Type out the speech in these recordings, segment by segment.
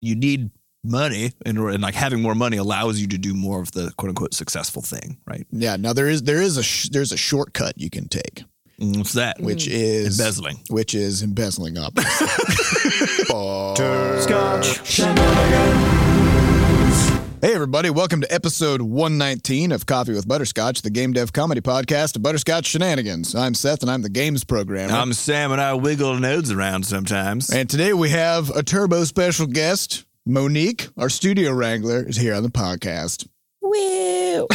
you need money and, and like having more money allows you to do more of the quote unquote successful thing, right? Yeah. Now there is there is a sh- there's a shortcut you can take, And What's that? which is Embezzling. which is embezzling up. Hey everybody, welcome to episode 119 of Coffee with Butterscotch, the game dev comedy podcast of Butterscotch Shenanigans. I'm Seth and I'm the games programmer. I'm Um, Sam and I wiggle nodes around sometimes. and today we have a turbo special guest, Monique, our studio wrangler, is here on the podcast. Woo!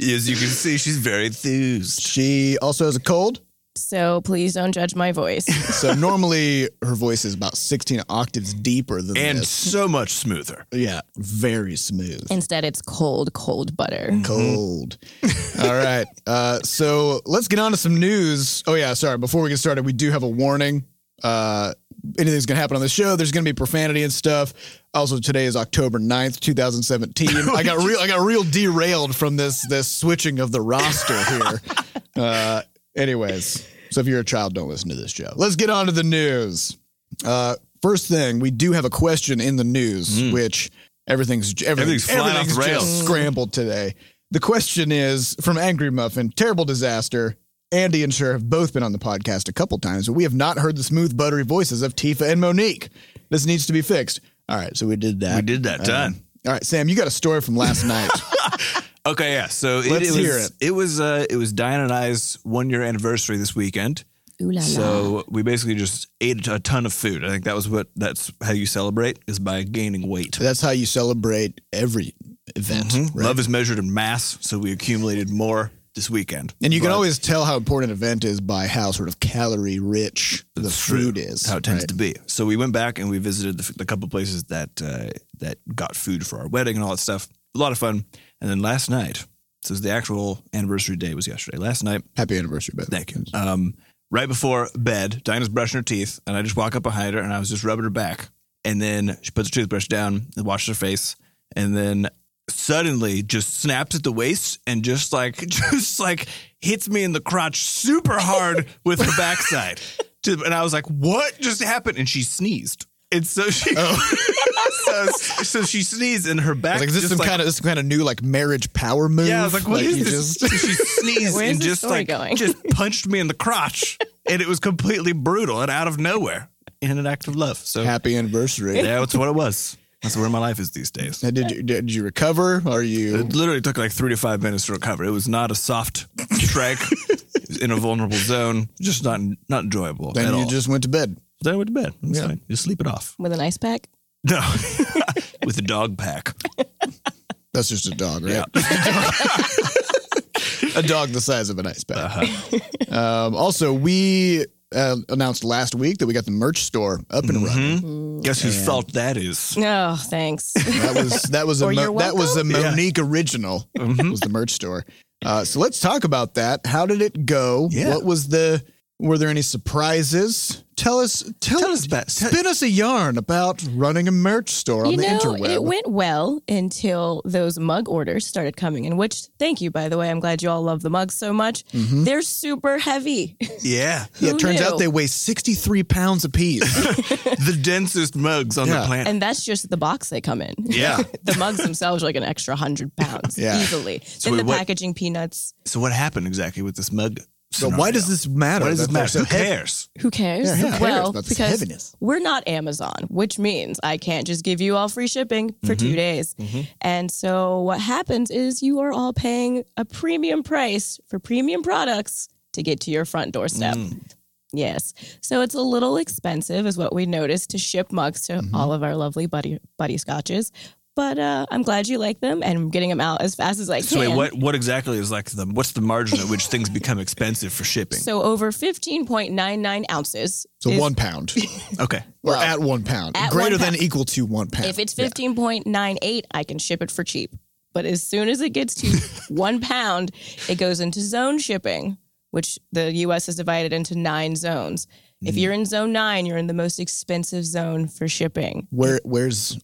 As you can see, she's very enthused. She also has a cold, so please don't judge my voice. so normally her voice is about 16 octaves deeper than And this. so much smoother. Yeah, very smooth. Instead, it's cold, cold butter. Mm. Mm-hmm. cold. All right. Uh, so let's get on to some news. Oh, yeah. Sorry. Before we get started, we do have a warning. Uh, anything's going to happen on the show. There's going to be profanity and stuff. Also, today is October 9th, 2017. Oh, I got real, I got real derailed from this, this switching of the roster here. Uh, anyways, so if you're a child, don't listen to this show. Let's get on to the news. Uh, first thing, we do have a question in the news, which everything's everything's, Mm. Everything's flying off the everything's rails. just scrambled today. The question is from Angry Muffin, terrible disaster. Andy and Cher have both been on the podcast a couple times, but we have not heard the smooth, buttery voices of Tifa and Monique. This needs to be fixed. All right, so we did that. We did that. Um, Done. all right, Sam, you got a story from last night. Okay, yeah. So it, Let's it was hear it. was uh it was Diane and I's one year anniversary this weekend. Ooh Oh, la la. So we basically just ate a ton of food. I think that was what that's how you celebrate is by gaining weight. That's how you celebrate every event, right? Mm-hmm. Love is measured in mass, so we accumulated more this weekend. And you can But always tell how important an event is by how sort of calorie rich the it's true. fruit is. how it tends right? to be. So we went back and we visited the, the couple places that uh, that got food for our wedding and all that stuff. A lot of fun. And then last night, so the actual anniversary day was yesterday. Last night, Happy anniversary, by the way. Thank you. Um, right before bed, Dinah's brushing her teeth, and I just walk up behind her and I was just rubbing her back. And then she puts her toothbrush down and washes her face, and then suddenly just snaps at the waist and just like just like hits me in the crotch super hard with her backside. To- And I was like, "What just happened?" And she sneezed. And so she, so, so she sneezed, and her Oh. I back was like, is this just some like- kind of this some kind of new like marriage power move? yeah, I was like, "What is you this?" just- she sneezed Where's and this just story like going? just punched me in the crotch, and it was completely brutal and out of nowhere in an act of love. So happy anniversary. yeah, that's what it was. That's where my life is these days. Now, did you did you recover? Are you It literally took like three to five minutes to recover. It was not a soft strike It was in a vulnerable zone. Just not not enjoyable at then you all. just went to bed. then I went to bed. It's fine. Just sleep it off. With an ice pack? No, with the dog pack. That's just a dog, right? a dog the size of an ice pack. Uh-huh. Um, also, we uh, announced last week that we got the merch store up and running. Hmm? Guess whose fault that is? No, Oh, thanks. Mm-hmm. That was that was a Or Mo- you're that was a Monique original. Mm-hmm. Was the merch store? Uh, so let's talk about that. How did it go? Yeah. What was the? Were there any surprises? Tell us. Tell, Tell us about- tell- Spin us a yarn about running a merch store on you the know, interweb. it went well until those mug orders started coming in, which, thank you, by the way. I'm glad you all love the mugs so much. They're super heavy. Mm-hmm. Yeah, yeah, Who it turns out knew? they weigh sixty three pounds apiece. the densest mugs on Yeah. the planet. and that's just the box they come in. Yeah. the mugs themselves are like an extra 100 pounds Yeah. easily. we then the went- packaging, peanuts. So what happened exactly with this mug? so why does this matter? Why does this that they're matter? so Who heavy? cares? Who cares? Yeah, who cares Well, about this because heaviness? we're not Amazon, which means I can't just give you all free shipping for Mm-hmm. two days. And so what happens is you are all paying a premium price for premium products to get to your front doorstep. Mm. Yes. So it's a little expensive, is what we noticed, to ship mugs to Mm-hmm. all of our lovely buddy buddy scotches. But uh, I'm glad you like them and I'm getting them out as fast as I So can. wait, what what exactly is like the what's the margin at which things become expensive for shipping? So over 15.99 ounces. So is- one pound, okay. or at one pound, at greater one than equal to one pound. If it's 15.98, I can ship it for cheap. But as soon as it gets to one pound, it goes into zone shipping, which the US is divided into nine zones. Mm-hmm. If you're in zone nine, you're in the most expensive zone for shipping. where where's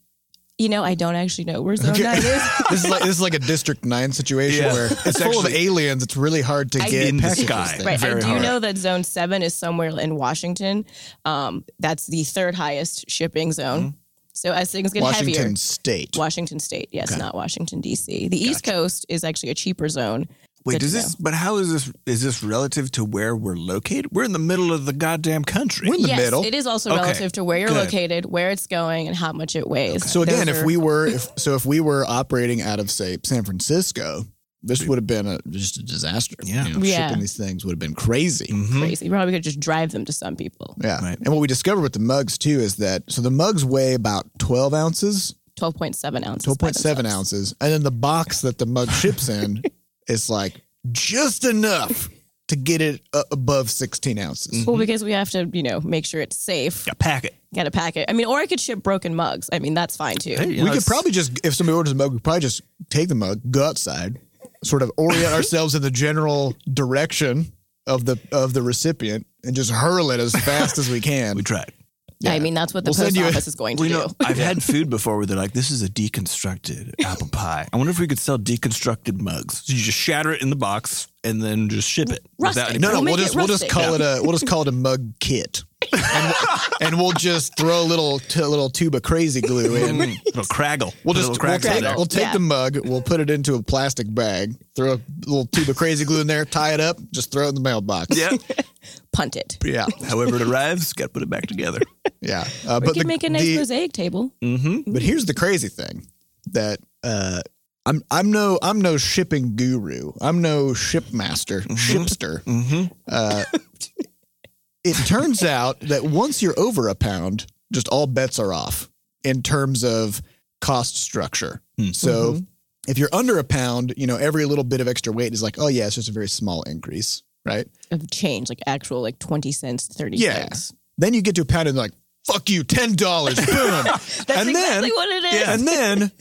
You know, I don't actually know where Zone Okay. 9 is. this is like this is like a District Nine situation Yeah. where It's it's, full of actually- aliens. It's really hard to I- get In the packages sky. there. Right. Very I do hard. know that zone seven is somewhere in Washington. Um, that's the third highest shipping zone. So as things get Mm-hmm. Washington heavier, State. Washington State, yes, Okay. not Washington D.C. The East Coast is actually a cheaper zone. Wait, Good does to this? But how is this? Is this relative to where we're located? We're in the middle of the goddamn country. We're in the yes, middle. it is also Okay. relative to where you're Good. located, where it's going, and how much it weighs. So again, Those if are- we were if so if we were operating out of say San Francisco, this would have been a just a disaster. Yeah. You know, Yeah. shipping these things would have been crazy. Mhm. crazy, we probably could just drive them to some people. Yeah. Right. And what we discovered with the mugs too is that so the mugs weigh about twelve ounces, Twelve point seven ounces. by twelve point seven themselves. ounces, and then the box that the mug ships in is like just enough to get it uh, above sixteen ounces. Well, because we have to, you know, make sure it's safe. A packet. Get a packet. I mean, or I could ship broken mugs. I mean, that's fine too. Hey, you know, we could it's- probably just if somebody orders a mug, we could probably just take the mug, go outside, sort of orient ourselves in the general direction of the of the recipient, and just hurl it as fast as we can. we tried. I mean, that's what the We'll send post you a- office is going to We do. know I've had food before where they're like, "This is a deconstructed apple pie." I wonder if we could sell deconstructed mugs. So you just shatter it in the box and then just ship it. Rust without it. any no, problem. no, we'll We'll make just it we'll just rustic. call it a we'll just call it a mug kit, and we'll, and we'll just throw a little t- a little tube of crazy glue in. Mm, little craggle. We'll little just we'll cracks in take, there. we'll take Yeah. the mug, we'll put it into a plastic bag, throw a little tube of crazy glue in there, tie it up, just throw it in the mailbox. Yeah. Punt it. yeah, However it arrives, got to put it back together. yeah. Uh, We but could the- make a nice the- mosaic table. Mm-hmm. But here's the crazy thing that uh, I'm I'm no I'm no shipping guru. I'm no shipmaster, shipster. Mm-hmm. Uh, it turns out that once you're over a pound, just all bets are off in terms of cost structure. Hmm. So Mm-hmm. if you're under a pound, you know every little bit of extra weight is like, oh yeah, it's just a very small increase, right? of change, like actual like twenty cents, thirty Yeah. cents. Then you get to a pound and like, fuck you, ten dollars, boom. That's And exactly then- what it is. Yeah, and then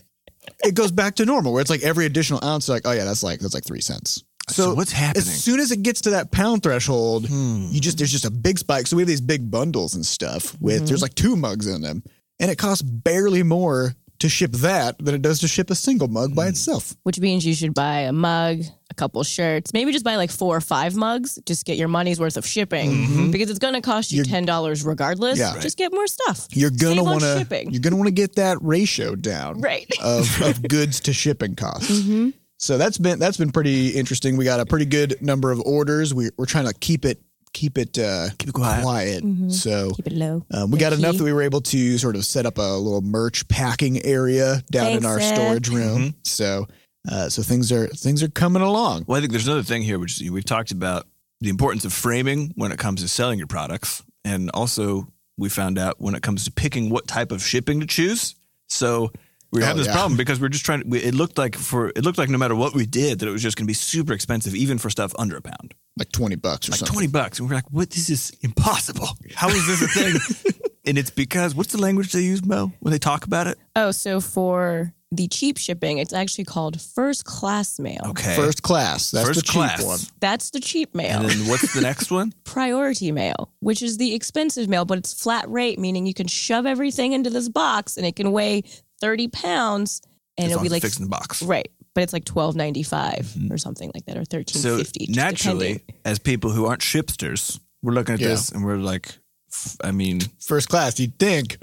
it goes back to normal where it's like every additional ounce, like, oh yeah, that's like that's like three cents. So, So, what's happening? as soon as it gets to that pound threshold, Hmm. you just there's just a big spike. So we have these big bundles and stuff with there's like two mugs in them, and it costs barely more to ship that than it does to ship a single mug by itself. Which means you should buy a mug, a couple shirts, maybe just buy like four or five mugs. Just get your money's worth of shipping Mm-hmm. because it's going to cost you You're- ten dollars regardless. Yeah. Just get more stuff. You're gonna Save on want to shipping. you're gonna want to get that ratio down Right. of, of goods to shipping costs. hmm So that's been that's been pretty interesting. We got a pretty good number of orders. We, we're trying to keep it keep it uh, Keep it quiet. quiet. Mhm. So Keep it low. um, we got Thank enough you. that we were able to sort of set up a little merch packing area down in Thanks, our Seth. storage room. Mm-hmm. So uh, so things are things are coming along. Well, I think there's another thing here, which is we've talked about the importance of framing when it comes to selling your products. And also, we found out when it comes to picking what type of shipping to choose. So we were Oh, having this yeah. problem because we are just trying to, we, it looked like for, it looked like no matter what we did, that it was just going to be super expensive, even for stuff under a pound, Like twenty bucks or like something. 20 bucks. And we're like, what? This is impossible. How is this a thing? and it's because what's the language they use, Mo, when they talk about it? Oh, so for the cheap shipping, it's actually called first class mail. Okay. First class. That's First the cheap class. one. That's the cheap mail. And then what's the next one? priority mail, which is the expensive mail, but it's flat rate, meaning you can shove everything into this box and it can weigh 30 pounds and As it'll long be as like, it's fixed in the box. right. But it's like twelve ninety five or something like that, or thirteen Mm-hmm. so fifty. naturally, as people who aren't shipsters, we're looking at Yeah. this and we're like, f- I mean, First class. You think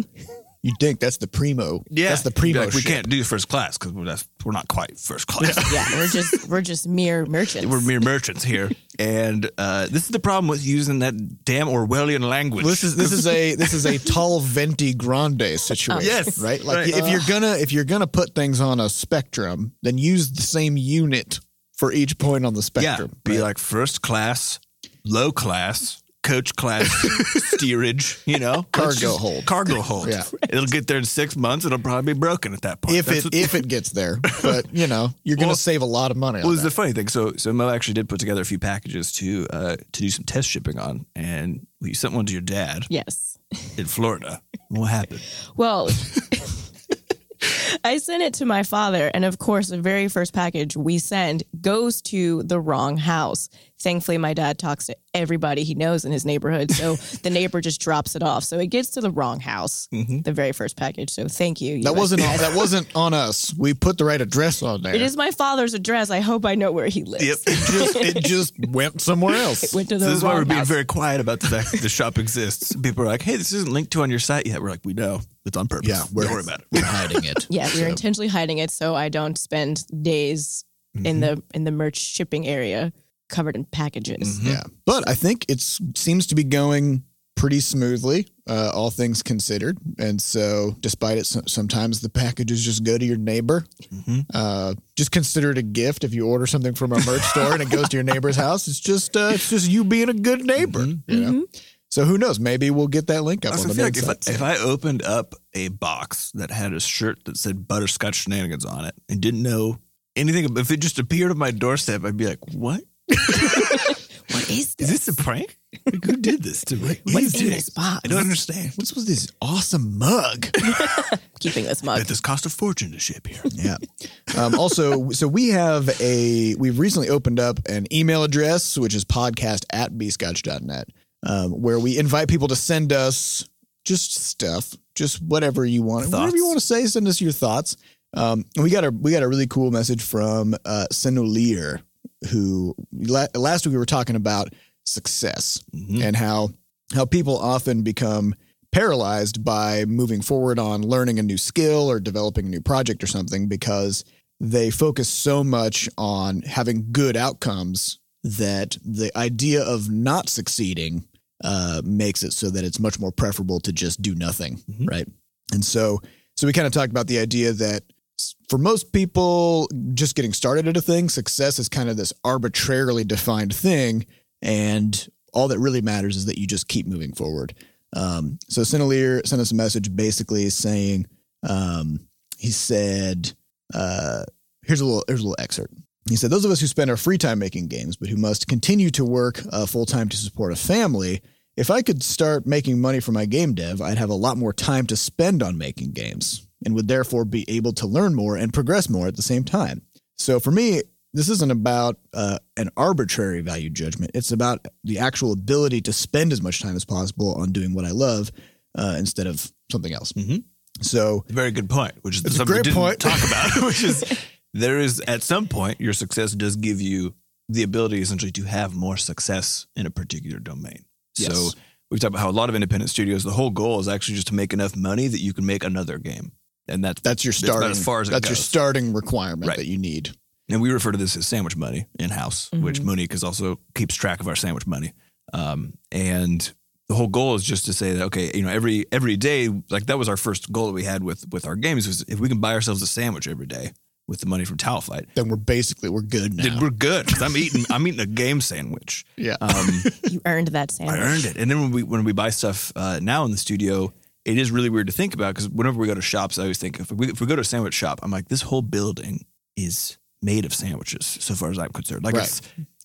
you think that's the primo. that's the primo. Like, we ship. can't do first class because we're, that's- we're not quite first class. yeah, we're just we're just mere merchants. we're mere merchants here, and uh, this is the problem with using that damn Orwellian language. Well, this is this is a this is a tall venti grande situation. Yes, right. Like right. if you're gonna if you're gonna put things on a spectrum, then use the same unit for each point on the yeah, spectrum. be right? like first class, low class, coach class, steerage. You know, Cargo Let's just- hold. cargo hold. Yeah. it'll get there in six months. It'll probably be broken at that point. if That's it what- if it gets there, but you know you're gonna Well- save a lot of money. Well, on it's that. the funny thing. So, so Mo actually did put together a few packages to uh, to do some test shipping on, and we sent one to your dad yes. in Florida. What happened? Well, I sent it to my father, and of course, the very first package we send goes to the wrong house. Thankfully, my dad talks to everybody he knows in his neighborhood. So the neighbor just drops it off. So it gets to the wrong house, Mm-hmm. the very first package. So thank you. That US. wasn't all, that wasn't on us. We put the right address on there. It is my father's address. I hope I know where he lives. Yep. It just it just went somewhere else. Went to the So this is why wrong we're being house. very quiet about the fact that the shop exists. People are like, "Hey, this isn't linked to on your site yet." We're like, "We know it's on purpose. Yeah, don't we're- worry about it." We're hiding it. Yeah, we So- are intentionally hiding it so I don't spend days Mm-hmm. in the in the merch shipping area covered in packages. Mhm. Yeah, but I think it seems to be going pretty smoothly, uh, all things considered. And so, despite it, so- sometimes the packages just go to your neighbor. Mhm. Uh, just consider it a gift if you order something from a merch store and it goes to your neighbor's house. It's just uh, it's just you being a good neighbor. You Mm-hmm. know. So who knows? Maybe we'll get that link up Also, on Mm-hmm. I the feel like if I, website. if I opened up a box that had a shirt that said Butterscotch Shenanigans on it and didn't know anything, if it just appeared on my doorstep, I'd be like, "What What is is this? this a prank? Like, who did this to me? Who What's did in it? this box? I don't understand." What's with this awesome mug? Keeping this mug. At this cost a fortune to ship here. Yeah. Um, also, so we have a, we've recently opened up an email address, which is podcast at bscotch.net, um, where we invite people to send us just stuff, just whatever you want. Whatever you Thoughts. want to say, send us your thoughts. Um, and we got a, we got a really cool message from uh, Senolir, who la- last week we were talking about success Mhm. and how how people often become paralyzed by moving forward on learning a new skill or developing a new project or something because they focus so much on having good outcomes that the idea of not succeeding uh, makes it so that it's much more preferable to just do nothing, Mhm. right? And so, so we kind of talked about the idea that s- for most people, just getting started at a thing, success is kind of this arbitrarily defined thing, and all that really matters is that you just keep moving forward. Um, so Sennelier sent us a message basically saying, um, he said, uh, here's a little here's a little excerpt. He said, "Those of us who spend our free time making games, but who must continue to work uh, full time to support a family, if I could start making money for my game dev, I'd have a lot more time to spend on making games, and would therefore be able to learn more and progress more at the same time. So for me." This isn't about uh, an arbitrary value judgment. It's about the actual ability to spend as much time as possible on doing what I love uh, instead of something else. Mhm. So, Very good point. Which is It's a something we great didn't point. talk about. Which is there is at some point your success does give you the ability essentially to have more success in a particular domain. Yes. So we've talked about how a lot of independent studios, the whole goal is actually just to make enough money that you can make another game, and that's That's your about starting. as far as it that's your goes. starting requirement Right. that you need. and we refer to this as sandwich money in house, which Mhm. Monique is also keeps track of our sandwich money. Um, and the whole goal is just to say that okay, you know, every every day, like that was our first goal that we had with with our games was if we can buy ourselves a sandwich every day with the money from Towel Fight, Then we're basically we're good now. then we're good. 'Cause I'm eating I'm eating a game sandwich. yeah. Um, you earned that sandwich. I earned it. And then when we when we buy stuff uh, now in the studio, it is really weird to think about because whenever we go to shops, I always think if we if we go to a sandwich shop, I'm like, this whole building is made of sandwiches, so far as I'm concerned. Like Right. it's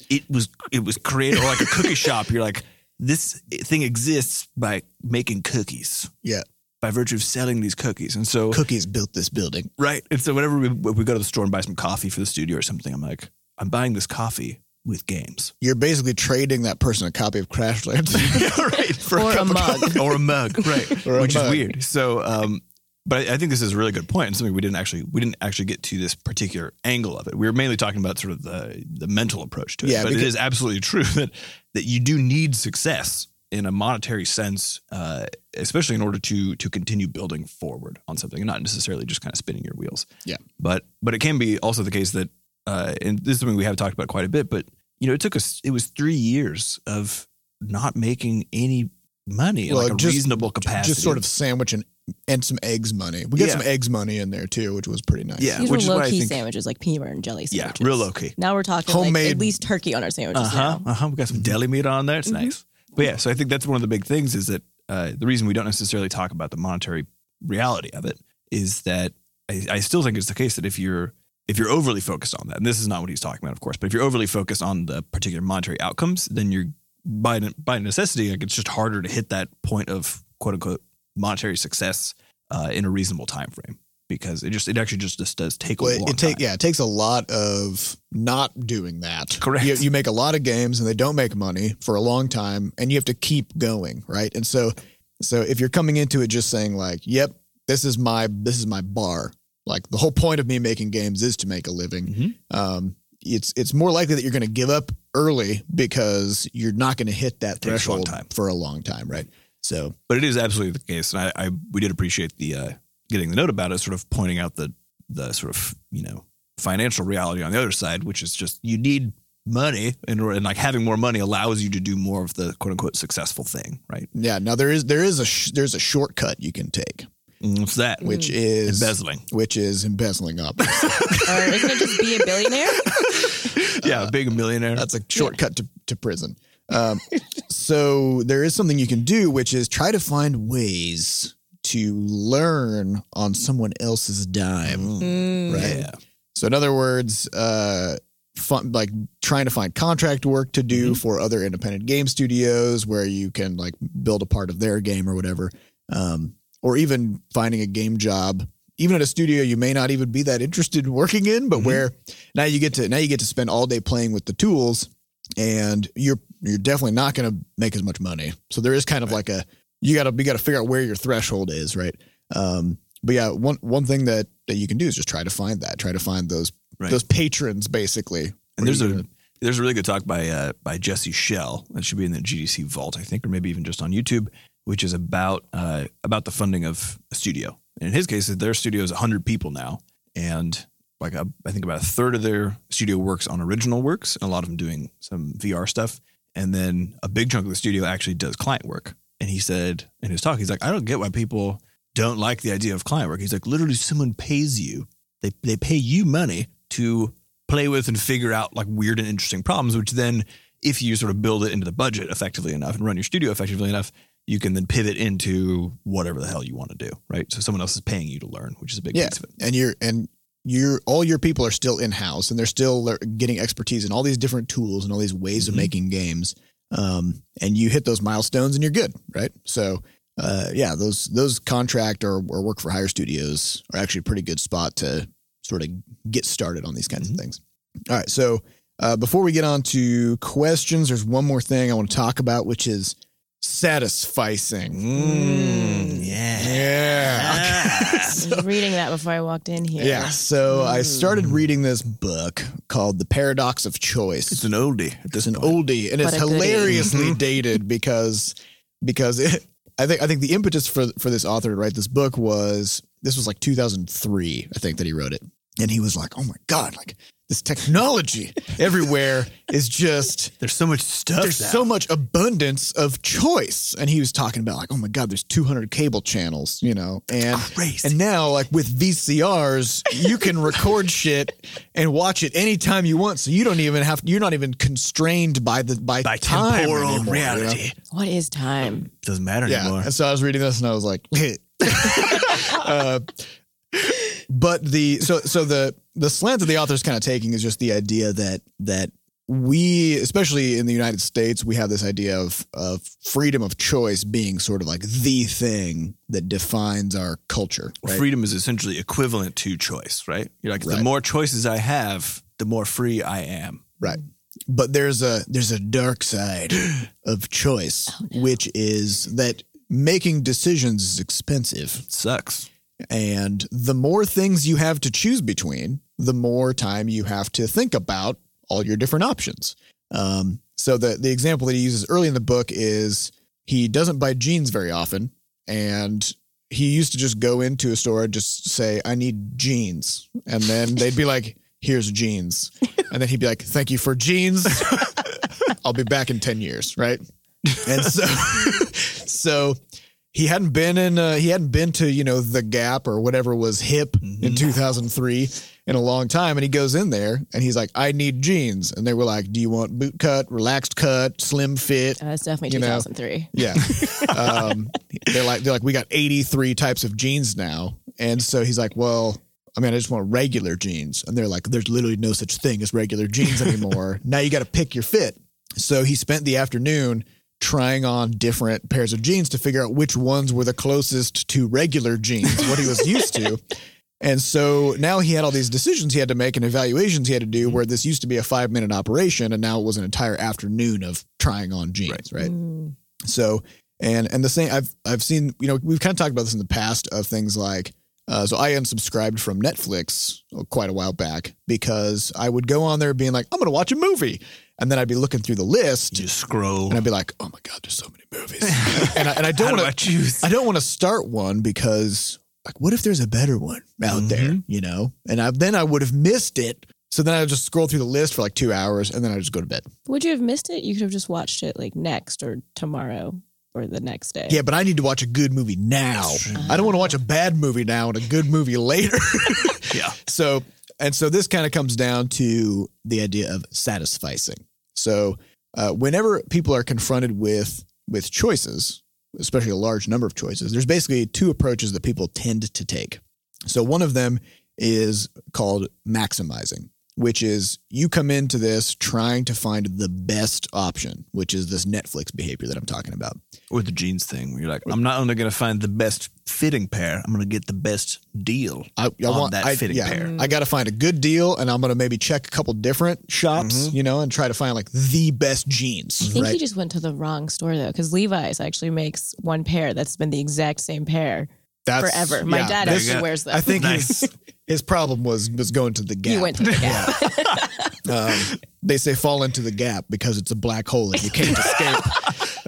it was it was created or like a cookie shop. You're like, this thing exists by making cookies. Yeah. By virtue of selling these cookies. And so Cookies built this building. Right. And so whenever we, when we go to the store and buy some coffee for the studio or something, I'm like, I'm buying this coffee with games. You're basically trading that person a copy of Crashlands. right. For Or a cup of mug. coffee. or a mug. Right. Or a Which mug. is weird. So, um, but I, I think this is a really good point and something we didn't actually we didn't actually get to this particular angle of it. We were mainly talking about sort of the the mental approach to it. Yeah, but it is because- absolutely true that that you do need success in a monetary sense, uh, especially in order to to continue building forward on something and not necessarily just kind of spinning your wheels. Yeah. But but it can be also the case that uh, and this is something we have talked about quite a bit, but you know, it took us it was three years of not making any money in Well, like a just- reasonable capacity. Just sort of sandwich and, and some eggs money. We got Yeah. some eggs money in there too, which was pretty nice. Yeah. These which is were why low I key think- sandwiches like peanut butter and jelly yeah, sandwiches. real low key. Now we're talking like, Homemade- at least turkey on our sandwiches Uh huh. now. Uh huh. We got Mm-hmm. some deli meat on there. It's Mhm. nice. But yeah, so I think that's one of the big things is that uh, the reason we don't necessarily talk about the monetary reality of it is that I, I still think it's the case that if you're if you're overly focused on that, and this is not what he's talking about, of course, but if you're overly focused on the particular monetary outcomes, then you're by by necessity, like it's just harder to hit that point of quote unquote monetary success uh, in a reasonable time frame because it just it actually just, just does take a Well, long it take time. yeah, it takes a lot of not doing that. Correct. You, you make a lot of games and they don't make money for a long time, and you have to keep going, right? And so, so if you're coming into it just saying like, "Yep, this is my this is my bar," like the whole point of me making games is to make a living. Mhm. Um, it's it's more likely that you're going to give up early because you're not going to hit that Takes a long threshold time. for a long time, right? So But it is absolutely the case, and I, I we did appreciate the uh, getting the note about it, sort of pointing out the the sort of you know financial reality on the other side, which is just you need money, and, and like having more money allows you to do more of the quote unquote successful thing, right? yeah, now there is there is a sh- there's a shortcut you can take, Mm. What's that? which is Embezzling. which is embezzling up. or isn't it just be a billionaire? yeah, big millionaire. That's a shortcut to, to prison. Um, so there is something you can do, which is try to find ways to learn on someone else's dime. Mm. Right. Yeah. So in other words, uh, fun, like trying to find contract work to Mm-hmm. do for other independent game studios where you can like build a part of their game or whatever, um, or even finding a game job, even at a studio you may not even be that interested in working in, but Mhm. where now you get to now you get to spend all day playing with the tools, and you're you're definitely not going to make as much money. So there is kind of like a you gotta you gotta figure out where your threshold is, right? Um, but yeah, one one thing that that you can do is just try to find that, try to find those Right. those patrons basically. And there's Where you a there's a really good talk by uh, by Jesse Shell that should be in the GDC vault, I think, or maybe even just on YouTube, which is about uh, about the funding of a studio. And in his case, their studio is 100 people now, and like a, I think about a third of their studio works on original works, and a lot of them doing some VR stuff, and then a big chunk of the studio actually does client work. And he said in his talk, he's like, I don't get why people don't like the idea of client work. He's like, literally, someone pays you, they they pay you money to play with and figure out like weird and interesting problems, which then if you sort of build it into the budget effectively enough and run your studio effectively enough, you can then pivot into whatever the hell you want to do, right? So someone else is paying you to learn, which is a big Yeah. piece of it. and you're and you're all your people are still in house and they're still lear- getting expertise in all these different tools and all these ways Mhm. of making games. Um, and you hit those milestones and you're good, right? So, uh, yeah, those those contract or, or work for hire studios are actually a pretty good spot to sort of get started on these kinds Mhm. of things. All right, so uh, before we get on to questions, there's one more thing I want to talk about, which is satisficing. Mm, yeah. Yeah. I was reading that before I walked in here. Yeah. So I started Hmm. Mm. reading this book called The Paradox of Choice. It's an oldie. at this It's an point. oldie and But it's a goodie. hilariously Mhm. dated because because it, I think I think the impetus for for this author to write this book was this was like 2003 I think that he wrote it and he was like oh my god like this technology everywhere is just There's so much stuff. there's so much abundance of choice and he was talking about like oh my god there's 200 cable channels you know and crazy. and now, like with VCRs, you can record shit and watch it anytime you want. So you don't even have you're not even constrained by the by, by time temporal anymore, you know? reality. What is time? Doesn't matter Yeah. anymore. And so I was reading this and I was like, uh, but the so so the the slant that the author's kind of taking is just the idea that that we especially in the United States we have this idea of of freedom of choice being sort of like the thing that defines our culture right Freedom is essentially equivalent to choice, right? You're like, the Right. more choices I have, the more free I am. Right. But there's a there's a dark side of choice, which is that making decisions is expensive. It sucks. And the more things you have to choose between, the more time you have to think about all your different options. Um, so the the example that he uses early in the book is he doesn't buy jeans very often, and he used to just go into a store and just say, "I need jeans," and then they'd be like, "Here's jeans," and then he'd be like, "Thank you for jeans. I'll be back in ten years." Right, and so so he hadn't been in uh, he hadn't been to you know the gap or whatever was hip in 2003 in a long time and he goes in there and he's like i need jeans and they were like do you want boot cut relaxed cut slim fit Uh, that's definitely You know. 2003. yeah. Um, they're like they're like we got 83 types of jeans now. And so he's like, "Well, I mean, I just want regular jeans." And they're like, "There's literally no such thing as regular jeans anymore. now you got to pick your fit." So he spent the afternoon trying on different pairs of jeans to figure out which ones were the closest to regular jeans, what he was used to. And so now he had all these decisions he had to make and evaluations he had to do where this used to be a five minute operation and now it was an entire afternoon of trying on jeans, right? Mm. So and and the same I've I've seen you know we've kind of talked about this in the past of things like uh, so I unsubscribed from Netflix uh, quite a while back because I would go on there being like I'm going to watch a movie and then I'd be looking through the list You just scroll. and I'd be like oh my god there's so many movies and I, and How I don't do want I to choose? I don't want to start one because like what if there's a better one out Mm-hmm. there you know and I, then I would have missed it so then I would just scroll through the list for like two hours and then I just go to bed Would you have missed it? You could have just watched it like next or tomorrow or the next day. Yeah, but I need to watch a good movie now. I don't want to watch a bad movie now and a good movie later. Yeah. so, and so this kind of comes down to the idea of satisficing. So, uh, whenever people are confronted with with choices, especially a large number of choices, there's basically two approaches that people tend to take. So, one of them is called maximizing, which is you come into this trying to find the best option, which is this Netflix behavior that I'm talking about. Or the jeans thing where you're like, I'm not only going to find the best fitting pair, I'm going to get the best deal I, I on want that I, fitting yeah, pair. I got to find a good deal, and I'm gonna maybe check a couple different shops, Mm-hmm. you know, and try to find like the best jeans. I think right? you just went to the wrong store though, because Levi's actually makes one pair that's been the exact same pair That's- forever. My yeah, dad there this- you actually go. wears them. I think Nice. his, his problem was was going to the gap. you went to the Gap. um, they say fall into the gap because it's a black hole and you can't escape.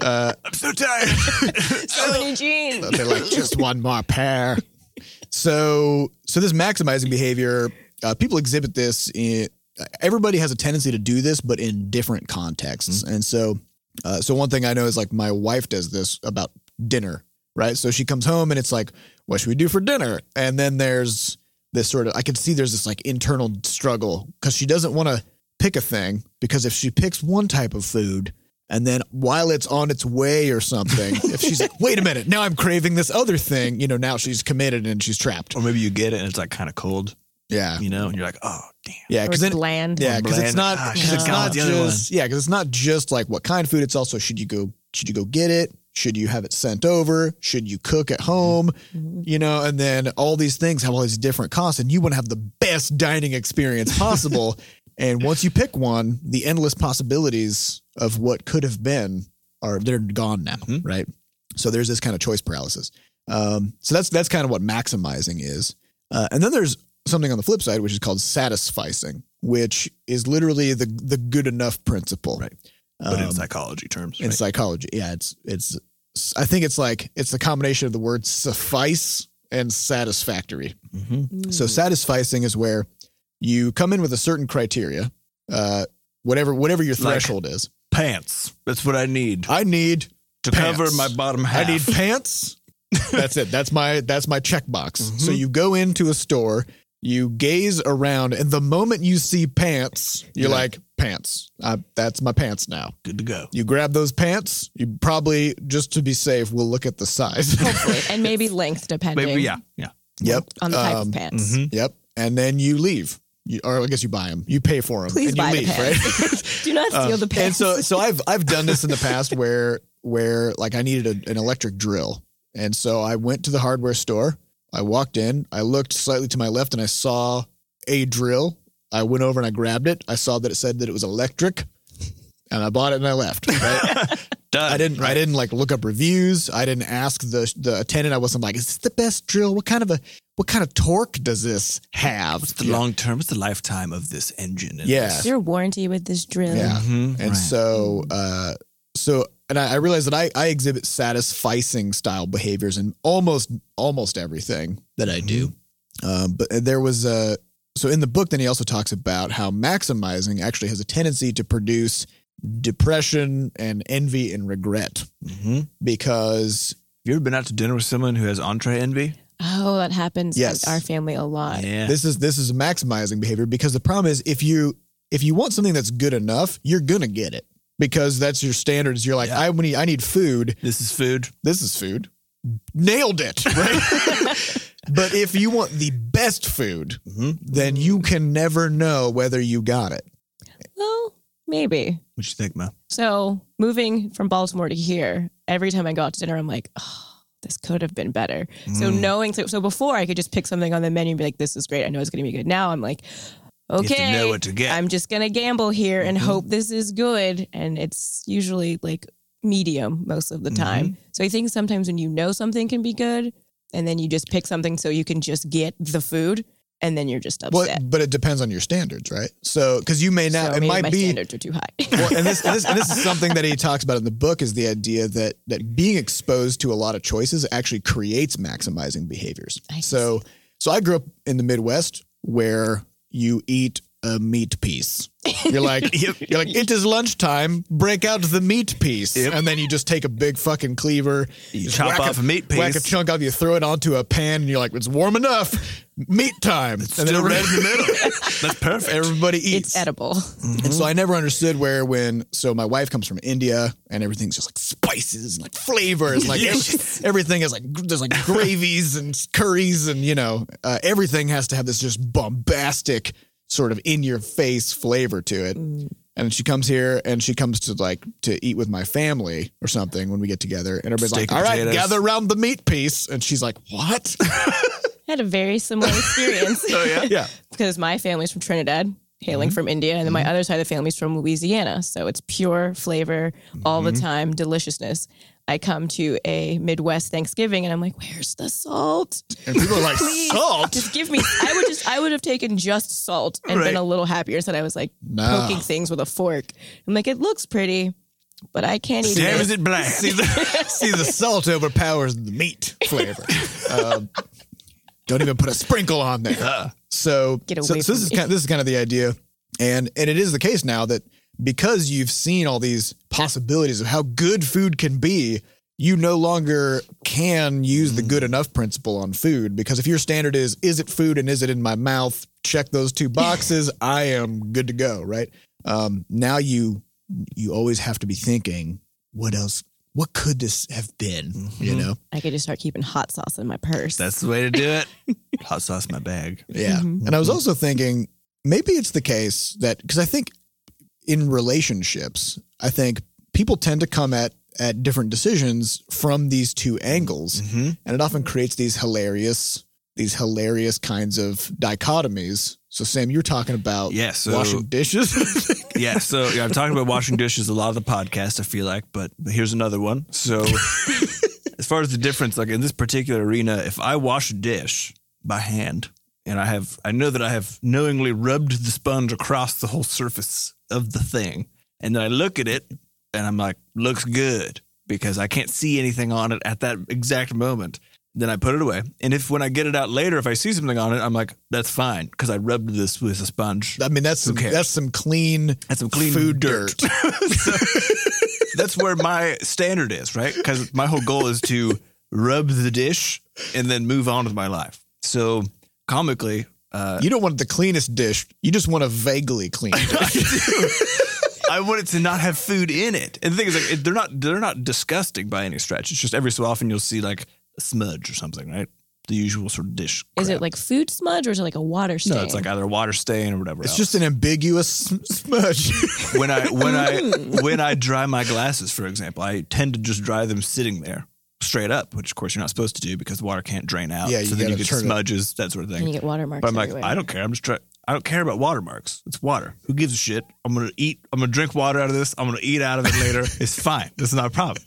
I'm so tired. so many jeans. They're like just one more pair. So so this maximizing behavior, uh, people exhibit this. In, everybody has a tendency to do this, but in different contexts. And so uh, so one thing I know is like my wife does this about dinner, right? So she comes home and it's like, what should we do for dinner? And then there's this sort of I can see there's this like internal struggle because she doesn't want to pick a thing because if she picks one type of food and then while it's on its way or something, if she's like, wait a minute, now I'm craving this other thing, you know, now she's committed and she's trapped. or maybe you get it and it's like kind of cold, Yeah. you know, and you're like, oh, damn. Yeah. Or Cause then, bland. yeah, because it's Bland. not, Ah, 'cause should've it's gone not with the other one. just, yeah, because it's not just like what kind of food. It's also should you go, should you go get it? Should you have it sent over? Should you cook at home? You know, and then all these things have all these different costs, and you want to have the best dining experience possible. and once you pick one, the endless possibilities of what could have been are they're gone now, Mhm. right? So there's this kind of choice paralysis. Um, so that's that's kind of what maximizing is. Uh, and then there's something on the flip side, which is called satisficing, which is literally the the good enough principle, Right. But Um, in psychology terms, in right? psychology. Yeah, it's it's I think it's like it's a combination of the words suffice and satisfactory. Mhm. Mm-hmm. So satisficing is where you come in with a certain criteria, uh, whatever whatever your Like- threshold is. pants. That's what I need I need to pants. cover my bottom half. I need pants. that's it. That's my that's my checkbox. Mm-hmm. So you go into a store, you gaze around, and the moment you see pants, you're Yeah. like pants. I, that's my pants now. good to go. You grab those pants. You probably just to be safe, we'll look at the size. Hopefully. And maybe length depending Maybe, yeah, yeah. yep. on the type Um, of pants. mhm. Yep. And then you leave. You, or I guess you buy them. You pay for them. Please and buy you the leave, right? pants. Do not steal the Uh, and pants. so so I've I've done this in the past where where like I needed a, an electric drill, and so I went to the hardware store. I walked in. I looked slightly to my left, and I saw a drill. I went over and I grabbed it. I saw that it said that it was electric, and I bought it and I left. Right? Done. I didn't. I didn't like look up reviews. I didn't ask the the attendant. I wasn't like, "Is this the best drill? What kind of a what kind of torque does this have?" What's the long term? What's the lifetime of this engine? and Yeah. this- your warranty with this drill. Yeah. Mhm. And Right. so, uh, so, and I, I realized that I, I exhibit satisficing style behaviors in almost, almost everything that I do. Um, but there was a, so in the book, then he also talks about how maximizing actually has a tendency to produce depression and envy and regret Mhm. Have because you ever been out to dinner with someone who has entree envy? Oh, that happens Yes. in our family a lot. Yeah. this is, this is maximizing behavior because the problem is if you, if you want something that's good enough, you're going to get it because that's your standards. You're like, Yeah. I need, I need food. this is food. this is food. Nailed it, right? but if you want the best food, Mhm. then you can never know whether you got it. Well, maybe. What you think, Ma? So moving from Baltimore to here, every time I go out to dinner, I'm like, oh, this could have been better. So Mm. knowing, so, so before I could just pick something on the menu and be like, this is great. I know it's going to be good. Now I'm like, Mm. have to okay, know what to get. Mm-hmm. I'm just going to gamble here and hope this is good. And it's usually like medium most of the Mm-hmm. time. So I think sometimes when you know something can be good and then you just pick something so you can just get the food and then you're just Well, upset. but it depends on your standards, right? So, because you may so not, it maybe might my be. standards are too high. Well, and this, and this and this is something that he talks about in the book is the idea that that being exposed to a lot of choices actually creates maximizing behaviors. I So so I grew up in the Midwest where you eat a meat piece. You're like Yep. you're like it is lunchtime. Break out the meat piece, Yep. and then you just take a big fucking cleaver, You just chop whack off a meat piece. whack a chunk off, you throw it onto a pan, and you're like it's warm enough. Meat time. and then Still everybody- red in the middle. That's perfect. everybody eats. it's edible. And Mm-hmm. so I never understood where when so my wife comes from India and everything's just like spices and like flavors like Yes. every- everything is like there's like gravies and curries and you know uh, everything has to have this just bombastic sort of in your face flavor to it. Mm. And she comes here and she comes to like to eat with my family or something when we get together and everybody's Steak like all and right potatoes." gather around the meat piece and she's like what? I had a very similar experience. yeah. because my family's from Trinidad, hailing from India, and then my other side of the family's from Louisiana. So it's pure flavor all the time, deliciousness. I come to a Midwest Thanksgiving and I'm like, where's the salt? And people are like Please, salt. Just give me I would just I would have taken just salt and Right. been a little happier instead I was like Nah. poking things with a fork. I'm like, it looks pretty, but I can't eat Damn, it. is it black? See the, see the salt overpowers the meat flavor. Um, don't even put a sprinkle on there. So, Get so, away so this from is me. kind of, this is kind of the idea, and and it is the case now that because you've seen all these possibilities of how good food can be, you no longer can use the good enough principle on food because if your standard is is it food and is it in my mouth, check those two boxes, I am good to go. Right um, now, you you always have to be thinking what else. What could this have been? Mm-hmm. You know, I could just start keeping hot sauce in my purse. That's the way to do it. Hot sauce in my bag. Mm-hmm. Yeah. Mhm. And I was also thinking maybe it's the case that because I think in relationships, I think people tend to come at at different decisions from these two angles, Mm-hmm. and it often creates these hilarious these hilarious kinds of dichotomies. So Sam, you were talking about Yeah, so- washing dishes. Yeah, so yeah, I've talked about washing dishes a lot of the podcast, I feel like, but here's another one. So, as far as the difference, like in this particular arena, if I wash a dish by hand and I have, I know that I have knowingly rubbed the sponge across the whole surface of the thing, and then I look at it and I'm like, looks good because I can't see anything on it at that exact moment. Then I put it away. And if when I get it out later, if I see something on it, I'm like, that's fine because I rubbed this with a sponge. I mean, that's some, cares? that's some clean That's some clean food dirt. dirt. that's where my standard is, right? Because my whole goal is to rub the dish and then move on with my life. So comically, uh, you don't want the cleanest dish. You just want a vaguely clean. dish. I want it to not have food in it. And the thing is, like, it- they're not they're not disgusting by any stretch. It's just every so often you'll see like a smudge or something, right? The usual sort of dish. Is it crap. like food smudge or is it like a water stain? no? It's like either a water stain or whatever. It's else. just an ambiguous smudge. when I when I when I dry my glasses, for example, I tend to just dry them sitting there straight up, which of course you're not supposed to do because the water can't drain out. Yeah, you so then you gotta get turn it- smudges, that sort of and you thing. get watermarks. But I'm like, everywhere. I don't care. I'm just try- I don't care about watermarks. It's water. Who gives a shit? I'm gonna eat. I'm gonna drink water out of this. I'm gonna eat out of it later. it's fine. It's not a problem.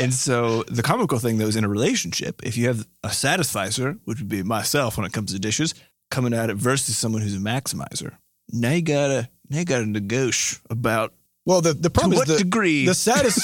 And so the comical thing though is in a relationship, if you have a satisficer, which would be myself when it comes to dishes, coming at it versus someone who's a maximizer. Now you gotta now you gotta negotiate about Well, the, the to problem is what the, degree the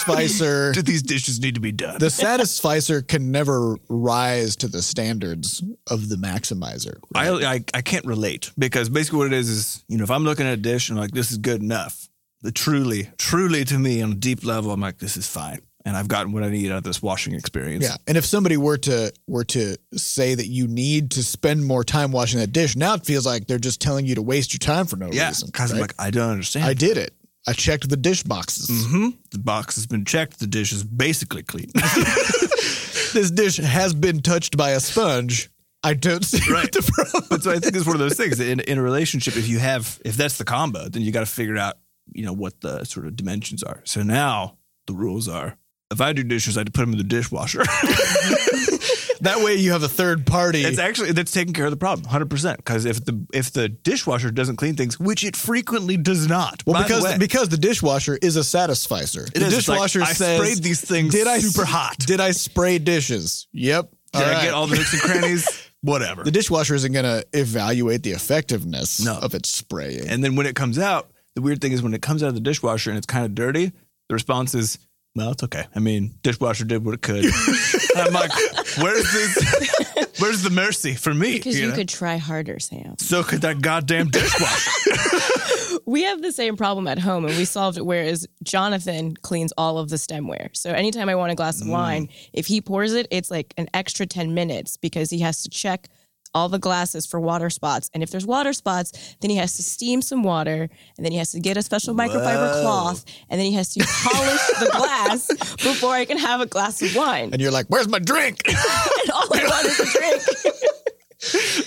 satisficer do these dishes need to be done? the satisficer can never rise to the standards of the maximizer. I, I I can't relate because basically what it is is you know if I'm looking at a dish and I'm like this is good enough, the truly truly to me on a deep level I'm like this is fine and I've gotten what I need out of this washing experience. Yeah, and if somebody were to were to say that you need to spend more time washing that dish, now it feels like they're just telling you to waste your time for no yeah, reason. because I'm right? like eh. I don't understand. I did it. I checked the dish boxes. hmm The box has been checked. The dish is basically clean. This dish has been touched by a sponge. I don't see Right. what the problem. but so I think it's one of those things that in, in a relationship, if you have, if that's the combo, then you got to figure out, you know, what the sort of dimensions are. So now the rules are if I do dishes, I put them in the dishwasher. That way you have a third party. it's actually that's taking care of the problem, hundred percent. Because if the if the dishwasher doesn't clean things, which it frequently does not, well, by the because way, because the dishwasher is a satisficer. It the is. It's like, dishwasher I says, sprayed these things "Did I super s- hot. Did I spray dishes? Yep. did I All right. get all the nooks and crannies? Whatever. the dishwasher isn't going to evaluate the effectiveness No. of its spraying. And then when it comes out, the weird thing is when it comes out of the dishwasher and it's kind of dirty, the response is, well, it's okay. I mean, dishwasher did what it could. and I'm like, where's this? Where's the mercy for me? Because you you know? could try harder, Sam. so could that goddamn dishwasher. We have the same problem at home, and we solved it. Whereas Jonathan cleans all of the stemware. So anytime I want a Mm. glass of wine, if he pours it, it's like an extra ten minutes because he has to check all the glasses for water spots. And if there's water spots, then he has to steam some water, and then he has to get a special microfiber cloth, and then he has to polish the glass before I can have a glass of wine. and you're like, "Where's my drink?" And all I want is a drink.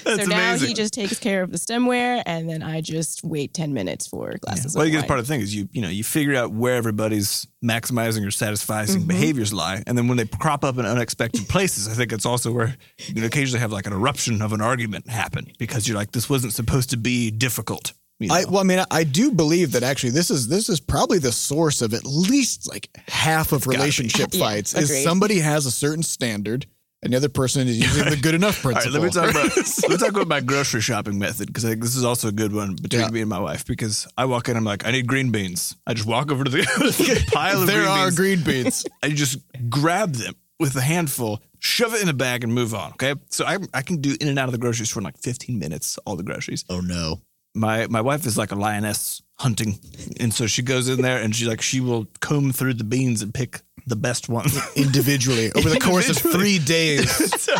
That's so now he just takes care of the stemware, and then I just wait ten minutes for glasses. well, I of guess wine. part of the thing is you you know you figure out where everybody's maximizing or satisfying Mm-hmm. behaviors lie, and then when they crop up in unexpected places, I think it's also where you can occasionally have like an eruption of an argument happen because you're like this wasn't supposed to be difficult. you I know? well, I mean, I, I do believe that actually this is this is probably the source of at least like half of be. relationship Yeah, fights is agreed. somebody has a certain standard and the other person is using the good enough All right, principle. let me talk about let's talk about my grocery shopping method because I think this is also a good one between Yeah. me and my wife because I walk in, I'm like, I need green beans. I just walk over to the, pile of there green are beans. green beans. I just grab them with a handful, shove it in a bag, and move on. Okay, so I I can do in and out of the grocery store in like 15 minutes, all the groceries. oh no! My my wife is like a lioness hunting, and so she goes in there and she like she will comb through the beans and pick the best one. Individually, over the course of Individually. three days, so,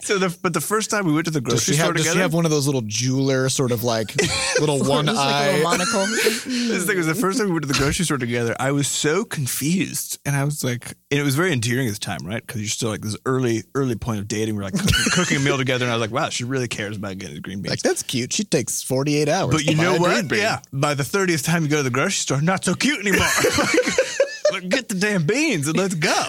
so the but the first time we went to the does grocery she, store have, does she together, have one of those little jeweler sort of like little one Just like a eye? little monocle. This thing was the first time we went to the grocery store together. I was so confused, and I was like, and it was very endearing at the time, right? Because you're still like this early, early point of dating. We're like cooking, cooking a meal together, and I was like, wow, she really cares about getting green beans. like that's cute. She takes forty eight hours. but to you buy know a green what? bean. Yeah, by the thirtieth time you go to the grocery store, not so cute anymore. like, like, get the damn beans and let's go.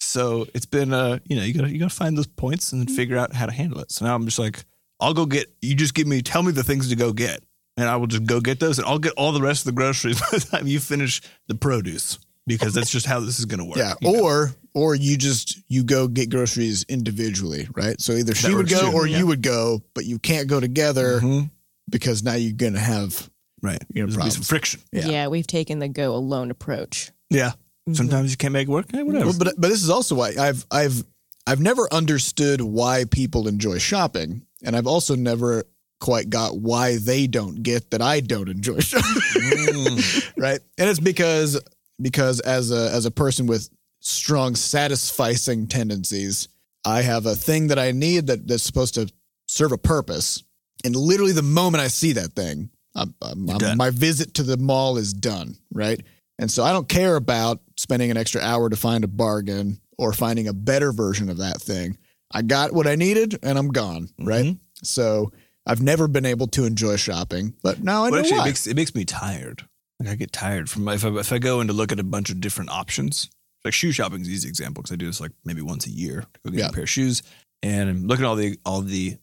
So it's been, uh, you know, you gotta you gotta find those points and then figure out how to handle it. So now I'm just like, I'll go get. You just give me, tell me the things to go get, and I will just go get those, and I'll get all the rest of the groceries by the time you finish the produce because that's just how this is gonna work. Yeah, you know? or or you just you go get groceries individually, right? So either she works would go too, or yeah. you would go, but you can't go together Mhm. because now you're gonna have right, You know, there's gonna be some problems. friction. Yeah. Yeah. we've taken the go alone approach. Yeah, Mm-hmm. sometimes you can't make it work. Hey, whatever. Well, but but this is also why I've I've I've never understood why people enjoy shopping, and I've also never quite got why they don't get that I don't enjoy shopping, Mm. right? And it's because because as a as a person with strong satisficing tendencies, I have a thing that I need that that's supposed to serve a purpose, and literally the moment I see that thing, I'm, I'm, I'm- done. my visit to the mall is done, right? And so I don't care about spending an extra hour to find a bargain or finding a better version of that thing. I got what I needed and I'm gone, right? Mm-hmm. So I've never been able to enjoy shopping, but now Well, I know actually, why. it makes it makes me tired. Like I get tired from if I, if I go in to look at a bunch of different options. Like shoe shopping is an easy example because I do this like maybe once a year to go get Yeah. a pair of shoes, and I'm looking at all the all the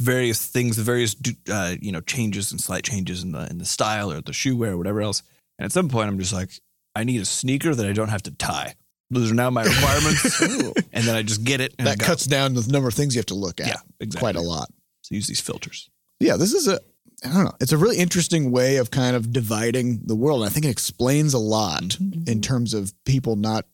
various things, the various du- uh, you know changes and slight changes in the in the style or the shoe wear or whatever else. And at some point, I'm just like, I need a sneaker that I don't have to tie. Those are now my requirements, and then I just get it. And that go. cuts down the number of things you have to look at yeah, exactly. quite a lot. So use these filters. yeah, this is a I don't know. It's a really interesting way of kind of dividing the world. I think it explains a lot Mm-hmm. in terms of people not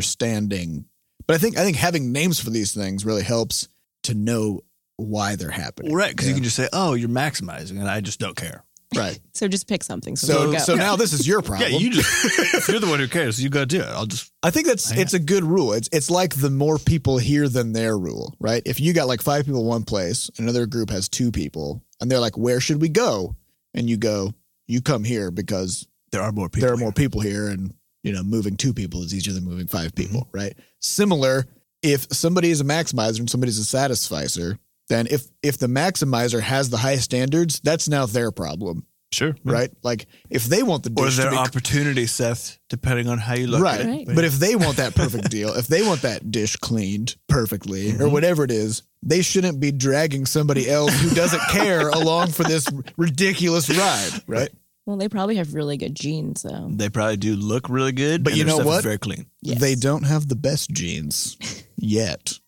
understanding. But I think I think having names for these things really helps to know why they're happening. Well, right, because Yeah. you can just say, "Oh, you're maximizing," and I just don't care. right. So just pick something. So, So we go. so now this is your Yeah, problem. you just if you're the one who cares. You gotta do it. I'll just I think that's Yeah. it's a good rule. It's it's like the more people here than there rule, right? If you got like five people in one place, another group has two people, and they're like, "Where should we go?" and you go, "You come here because there are more people. there are more people here and you know moving two people is easier than moving five Mm-hmm. people right similar if somebody is a maximizer and somebody's a satisficer then if if the maximizer has the high standards that's now their problem Sure. right? Like if they want the Or dish to their be opportunity, Seth, depending on how you look right. at it. Right. But if they want that perfect deal, if they want that dish cleaned perfectly or whatever it is, they shouldn't be dragging somebody else who doesn't care along for this ridiculous ride, right? Well, they probably have really good genes, though. They probably do look really good, But and you their know stuff is what? very clean. Yes. They don't have the best genes yet.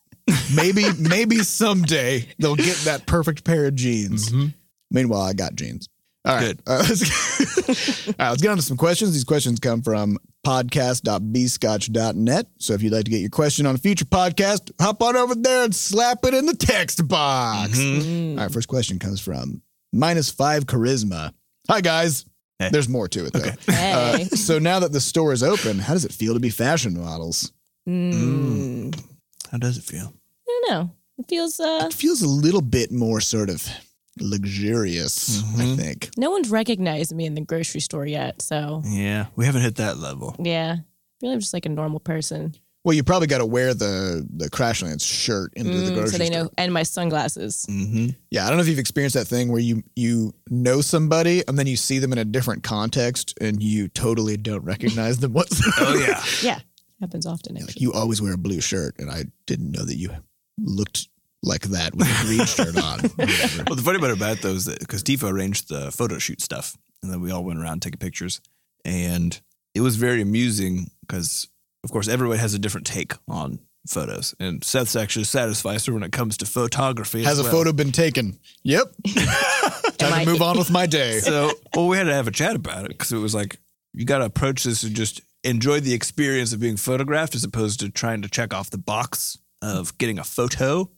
maybe maybe someday they'll get that perfect pair of jeans. Meanwhile, I got jeans. All right. Good. All right, let's, all right, let's get on to some questions. These questions come from podcast.bscotch.net. So if you'd like to get your question on a future podcast, hop on over there and slap it in the text box. Mhm. Mm. All right, first question comes from minus five charisma. Hi, guys. Hey. There's more to it, though. Uh, Hey. so now that the store is open, how does it feel to be fashion models? Mm. How does it feel? I don't know. It feels uh It feels a little bit more sort of luxurious, I Mhm. think. no one's recognized me in the grocery store yet, so Yeah, we haven't hit that level. yeah. Really I'm just like a normal person. Well, you probably got to wear the the Crashlands shirt into the Mm, grocery so they store. know and my sunglasses. Mm-hmm. Yeah, I don't know if you've experienced that thing where you you know somebody and then you see them in a different context and you totally don't recognize them whatsoever. Oh yeah, Yeah. Happens often actually. Like you always wear a blue shirt, and I didn't know that you looked like that with a green shirt on. or whatever. Well, the funny part about those because Tifa arranged the photo shoot stuff, and then we all went around taking pictures, and it was very amusing because, of course, everyone has a different take on photos, and Seth's actually satisfies her when it comes to photography. as Has a well. photo been taken? Yep. Time Am I- to move on with my day. So, well, we had to have a chat about it because it was like you got to approach this and just enjoy the experience of being photographed as opposed to trying to check off the box of getting a photo.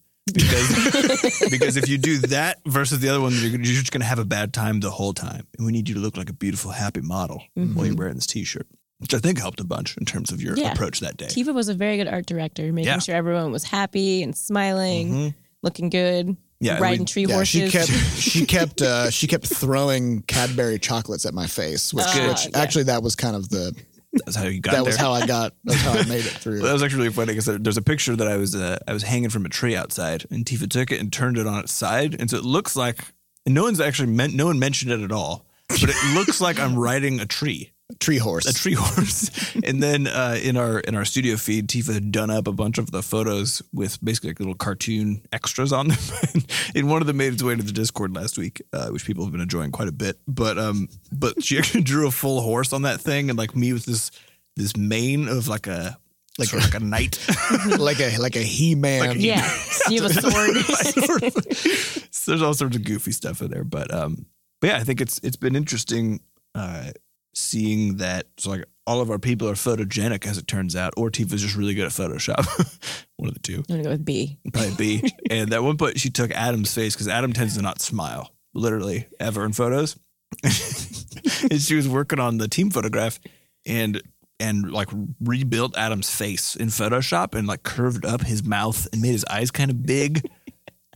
Because, because if you do that versus the other one, you're, gonna- you're just going to have a bad time the whole time. And we need you to look like a beautiful, happy model while you're wearing this T-shirt, which I think helped a bunch in terms of your Yeah. approach that day. Tifa was a very good art director, making Yeah. sure everyone was happy and smiling, looking good, Mm-hmm. Yeah, and riding we- tree Yeah, she horses. kept she kept uh, she kept throwing Cadbury chocolates at my face, which, Good. which Yeah. actually that was kind of the That's how you got that there. was how I got that's how I made it through. Well, that was actually really funny because there's a picture that I was uh, I was hanging from a tree outside, and Tifa took it and turned it on its side, and so it looks like and no one's actually meant no one mentioned it at all, but it looks like I'm riding a tree, Tree horse. a tree horse. and then uh, in our in our studio feed, Tifa had done up a bunch of the photos with basically like little cartoon extras on them, and one of them made its way to the Discord last week, uh, which people have been enjoying quite a bit. But um, but she actually drew a full horse on that thing, and like me with this this mane of like a. Like, sort of like a knight. like a like a he man. yeah. So you have a sword. So there's all sorts of goofy stuff in there, but um, but yeah, I think it's it's been interesting uh, seeing that. So like all of our people are photogenic, as it turns out, or Tifa's just really good at Photoshop, one of the two, I'm gonna go with B. probably B. and at one point, she took Adam's face because Adam tends to not smile, literally ever in photos. and she was working on the team photograph, and and like rebuilt Adam's face in Photoshop and like curved up his mouth and made his eyes kind of big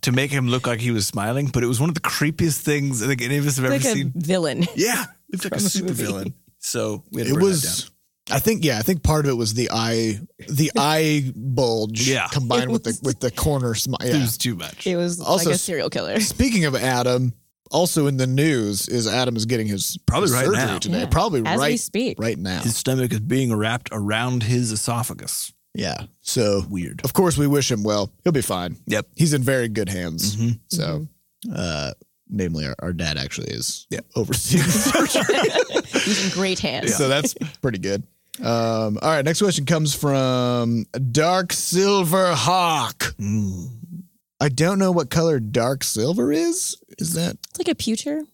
to make him look like he was smiling. But it was one of the creepiest things I think any of us have ever Like a seen. villain. yeah, it's like a From a super movie. villain. So we had to It burn that was I think yeah, I think part of it was the eye the eye bulge Yeah. combined with the with the corner smile. down. It Yeah. was too much. It was Also like a s- serial killer. Speaking of Adam, also in the news is Adam is getting his Probably his right surgery now. today. Yeah. Probably As we right speak. right now. His stomach is being wrapped around his esophagus. yeah. So Weird. of course we wish him well. He'll be fine. Yep. He's in very good hands. Mhm. So, Mm-hmm. uh, namely, our, our dad actually is Yeah. overseeing the surgery. He's in great hands. So that's pretty good. Um, all right. Next question comes from Dark Silver Hawk. Mm. I don't know what color dark silver is. Is that It's like a pewter.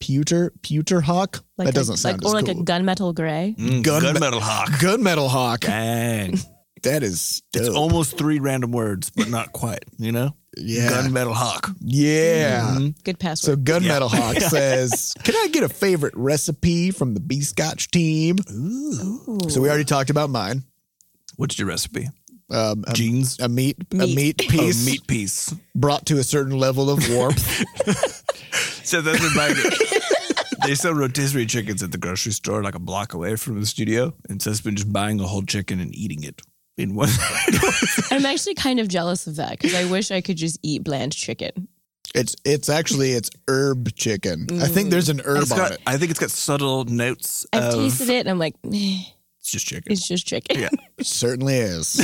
pewter pewter hawk? Like that a- doesn't sound like, or as like cool. a gunmetal gray. Mm, Gun- gunmetal hawk. gunmetal hawk. Dang. That is It's dope. almost three random words, but not quite, you know? yeah. Gunmetal hawk. yeah. Mhm. Good So password. Gunmetal Hawk says, "Can I get a favorite recipe from the Bee Scotch team?" So we already talked about mine. What's your recipe? Um, a, Jeans? a meat, a Meat. meat A piece meat piece. brought to a certain level of warmth. So that's reminded. they sell rotisserie chickens at the grocery store, like a block away from the studio. And Seth's been just buying a whole chicken and eating it in one. I'm actually kind of jealous of that because I wish I could just eat bland chicken. It's it's actually it's herb chicken. I think there's an herb It's on got- it. I think it's got subtle notes I've of tasted it and I'm like, "Meh, it's just chicken. it's just chicken. Oh. Yeah. It certainly is.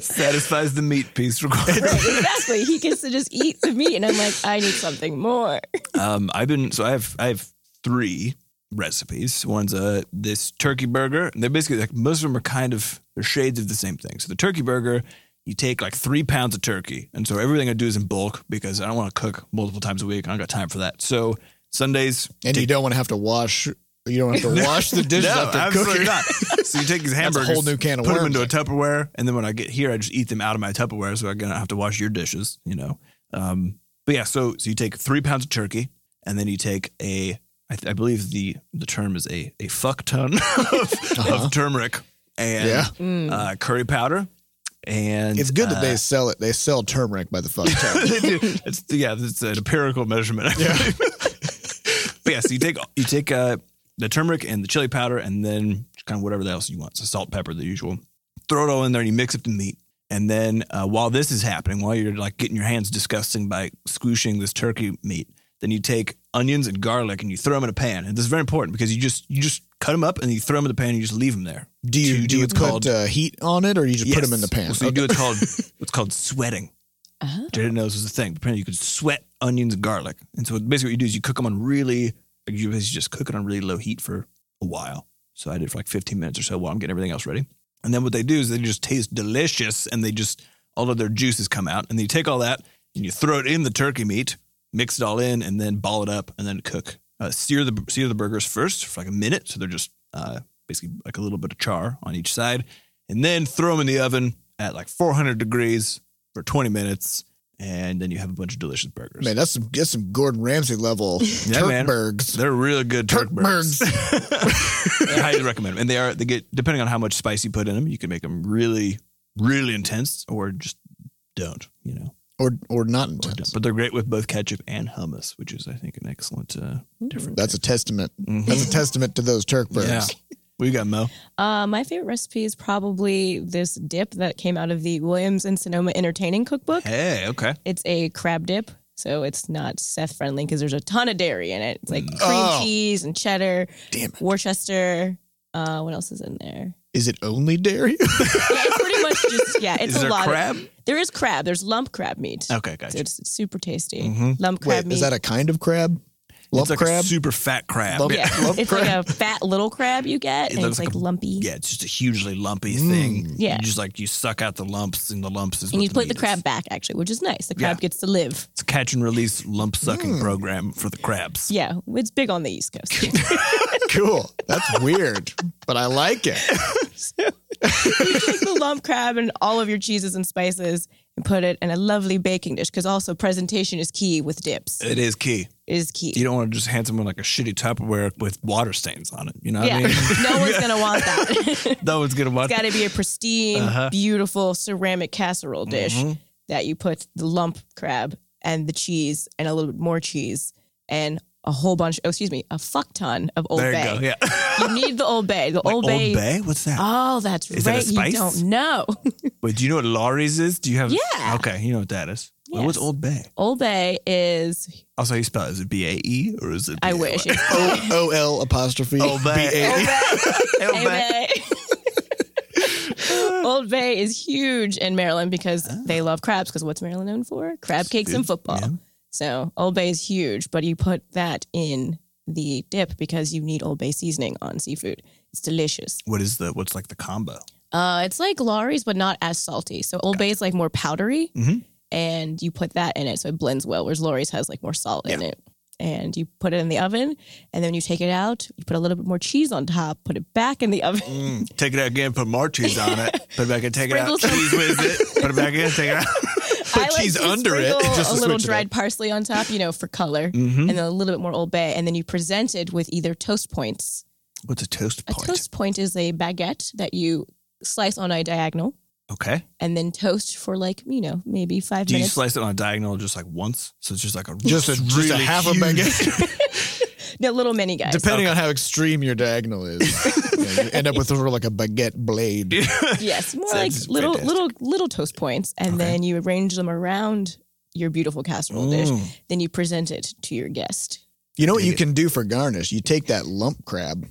Satisfies the meat piece required. Right, exactly. He gets to just eat the meat, and I'm like, I need something more. Um, I've been so I have I have three recipes. One's uh this turkey burger. They're basically like most of them are kind of they're shades of the same thing. So the turkey burger, you take like three pounds of turkey, and so everything I do is in bulk because I don't want to cook multiple times a week. I don't got time for that. So Sundays and you don't want to have to wash. You don't have to wash the dishes no, after absolutely cooking. not. So you take these That's a hamburgers, whole new can of put worms. them into a Tupperware, and then when I get here, I just eat them out of my Tupperware, so I don't have to wash your dishes. You know. Um, but yeah, so so you take three pounds of turkey, and then you take a, I, th- I believe the the term is a a fuck ton of, Uh-huh. of turmeric and Yeah. Mm. uh, curry powder, and It's good that uh, they sell it. They sell turmeric by the fuck ton. they do. It's yeah, it's an empirical measurement. I believe. but yeah, so you take you take uh, the turmeric and the chili powder, and then kind of whatever else you want, so salt, pepper, the usual. Throw it all in there, and you mix up the meat. And then uh, while this is happening, while you're like getting your hands disgusting by squooshing this turkey meat, then you take onions and garlic and you throw them in a pan. And this is very important because you just you just cut them up and you throw them in the pan and you just leave them there. Do you To do, do you what's put called- uh, heat on it, or you just put Yes. them in the pan? So you do what's called what's called sweating Uh-huh. which I didn't know this was a thing. Apparently, you could sweat onions and garlic. And so basically, what you do is you cook them on really, like you basically just cook it on really low heat for a while. So I did it for like 15 minutes or so while I'm getting everything else ready. And then what they do is they just taste delicious and they just, all of their juices come out. And then you take all that and you throw it in the turkey meat, mix it all in, and then ball it up and then cook. Uh, sear the sear the burgers first for like a minute. So they're just uh, basically like a little bit of char on each side. And then throw them in the oven at like 400 degrees for 20 minutes. And then you have a bunch of delicious burgers. man, that's some that's some Gordon Ramsay level Yeah, man. turkbergs. They're really good Turk burgers. Turkbergs. I highly recommend them. And they are they get depending on how much spice you put in them, you can make them really, really intense, or just don't. You know, or or not Or don't. intense. but they're great with both ketchup and hummus, which is I think an excellent uh, difference. That's a testament. Mhm. That's a testament to those turkbergs. yeah. What you got, Mo? Uh, my favorite recipe is probably this dip that came out of the Williams and Sonoma Entertaining Cookbook. Hey, okay. It's a crab dip, so it's not Seth friendly because there's a ton of dairy in it. It's Mm. like cream Oh. cheese and cheddar, Damn it. Worcester. Uh, what else is in there? Is it only dairy? Yeah, it's pretty much just yeah. It's is a there lot. of- crab? there is crab. There's lump crab meat. okay, So gotcha. it's it's super tasty. Mhm. Lump crab Wait, meat. is that a kind of crab? Lump it's like crab. a super fat crab. Lump- yeah. yeah, lump it's crab? like a fat little crab you get, It and looks it's like, like a- lumpy. Yeah, it's just a hugely lumpy Mm. thing. Yeah. you just like you suck out the lumps, and the lumps is and what you put the meat is. crab back actually, which is nice. The crab Yeah. gets to live. It's a catch and release lump sucking Mm. program for the crabs. Yeah, it's big on the East Coast. cool. That's weird, but I like it. you take the lump crab and all of your cheeses and spices and put it in a lovely baking dish because also presentation is key with dips It is key. is Uh, You key. don't want to just hand someone like a shitty Tupperware with water stains on it. You know what Yeah, I mean? no one's gonna want that. it's No one's gonna watch. got to be a pristine, Uh-huh. beautiful ceramic casserole dish Mhm. that you put the lump crab and the cheese and a little bit more cheese and a whole bunch. Oh, excuse me, a fuck ton of Old There Bay. you go. Yeah. You need the Old Bay. The Like Old Bay. What's that? Oh, that's Is that a right. spice? You don't know. Wait, do you know what Laurie's is? Do you have? Yeah. Okay, you know what that is. Well, what's Yes. Old Bay? Old Bay is. Also, how you spell it? Is it B A E or is it? I B-A-Y? wish. E. It's O O L apostrophe Old Bay. B A. E. Old Old Bay. Bay. Old Bay is huge in Maryland because they love crabs. Because what's Maryland known for? Crab cakes and football. Ah. Yeah. So Old Bay is huge, but you put that in the dip because you need Old Bay seasoning on seafood. It's delicious. What is the? What's like the combo? Uh, it's like Laurie's, but not as salty. So Old Bay is like more powdery, Mhm. and you put that in it, so it blends well. Whereas Laurie's has like more salt in it, and you put it in the oven, and then you take it out. You put a little bit more cheese on top, put it back in the oven. Mm, take it out again. Put more cheese on it. Put it back in. Take Sprinkle it out. some- Cheese with it. Put it back in. Take it out. I like cheese to under it, sprinkle just to a little switch it Mm-hmm. dried parsley on top, you know, for color, Mhm. and then a little bit more Old Bay, and then you present it with either toast points. What's a toast A point? toast point is a baguette that you slice on a diagonal. Okay. And then toast for like you know maybe five Do you minutes. slice it on a diagonal just like once? So it's just like a Just a, just a really half a huge- baguette, no little mini guys. depending on how extreme your diagonal is. Yeah, you end up with sort of like a baguette blade. Yes, more Sounds like little fantastic. little little toast points, and Okay. then you arrange them around your beautiful casserole Mm. dish. Then you present it to your guest. You know what you can do for garnish? You take that lump crab,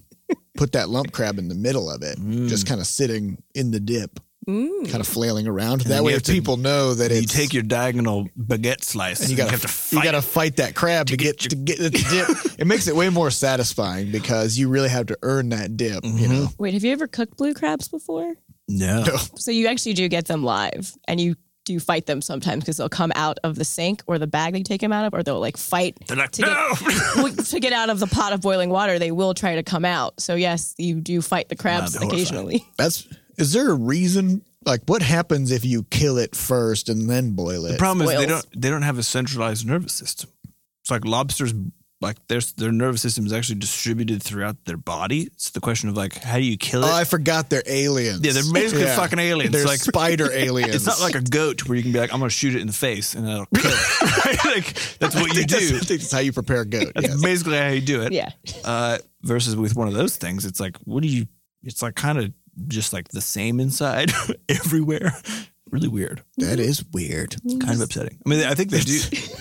put that lump crab in the middle of it, Mm. just kind of sitting in the dip, Mm. kind of flailing around. then that way, you if have to- people know that You it's take your diagonal baguette slice and you gotta have to you fight. gotta fight that crab to, get, to get the dip. it makes it way more satisfying because you really have to earn that dip. You Mm-hmm. know, Wait, have you ever cooked blue crabs before? no. So you actually do get them live and you do fight them sometimes because they'll come out of the sink or the bag they take them out of, or they'll like fight They're like, to, get, well, to get out of the pot of boiling water. They will try to come out. So, yes, you do fight the crabs they're horrifying. occasionally. that's is there a reason? Like, what happens if you kill it first and then boil it? The problem is they Spoils. don't they don't have a centralized nervous system. It's like lobsters like their their nervous system is actually distributed throughout their body. It's the question of like how do you kill it? oh, I forgot they're aliens. yeah, they're basically Yeah. fucking aliens. They're like spider aliens. it's not like a goat where you can be like I'm going to shoot it in the face and it'll kill it. Right? Like that's what you That's- do. I think That's how you prepare goat. That's yes. basically how you do it. yeah. Uh, versus with one of those things, it's like what do you? It's like kind of just like the same inside everywhere. Really weird. That is weird. Kind of upsetting. I mean, I think they do.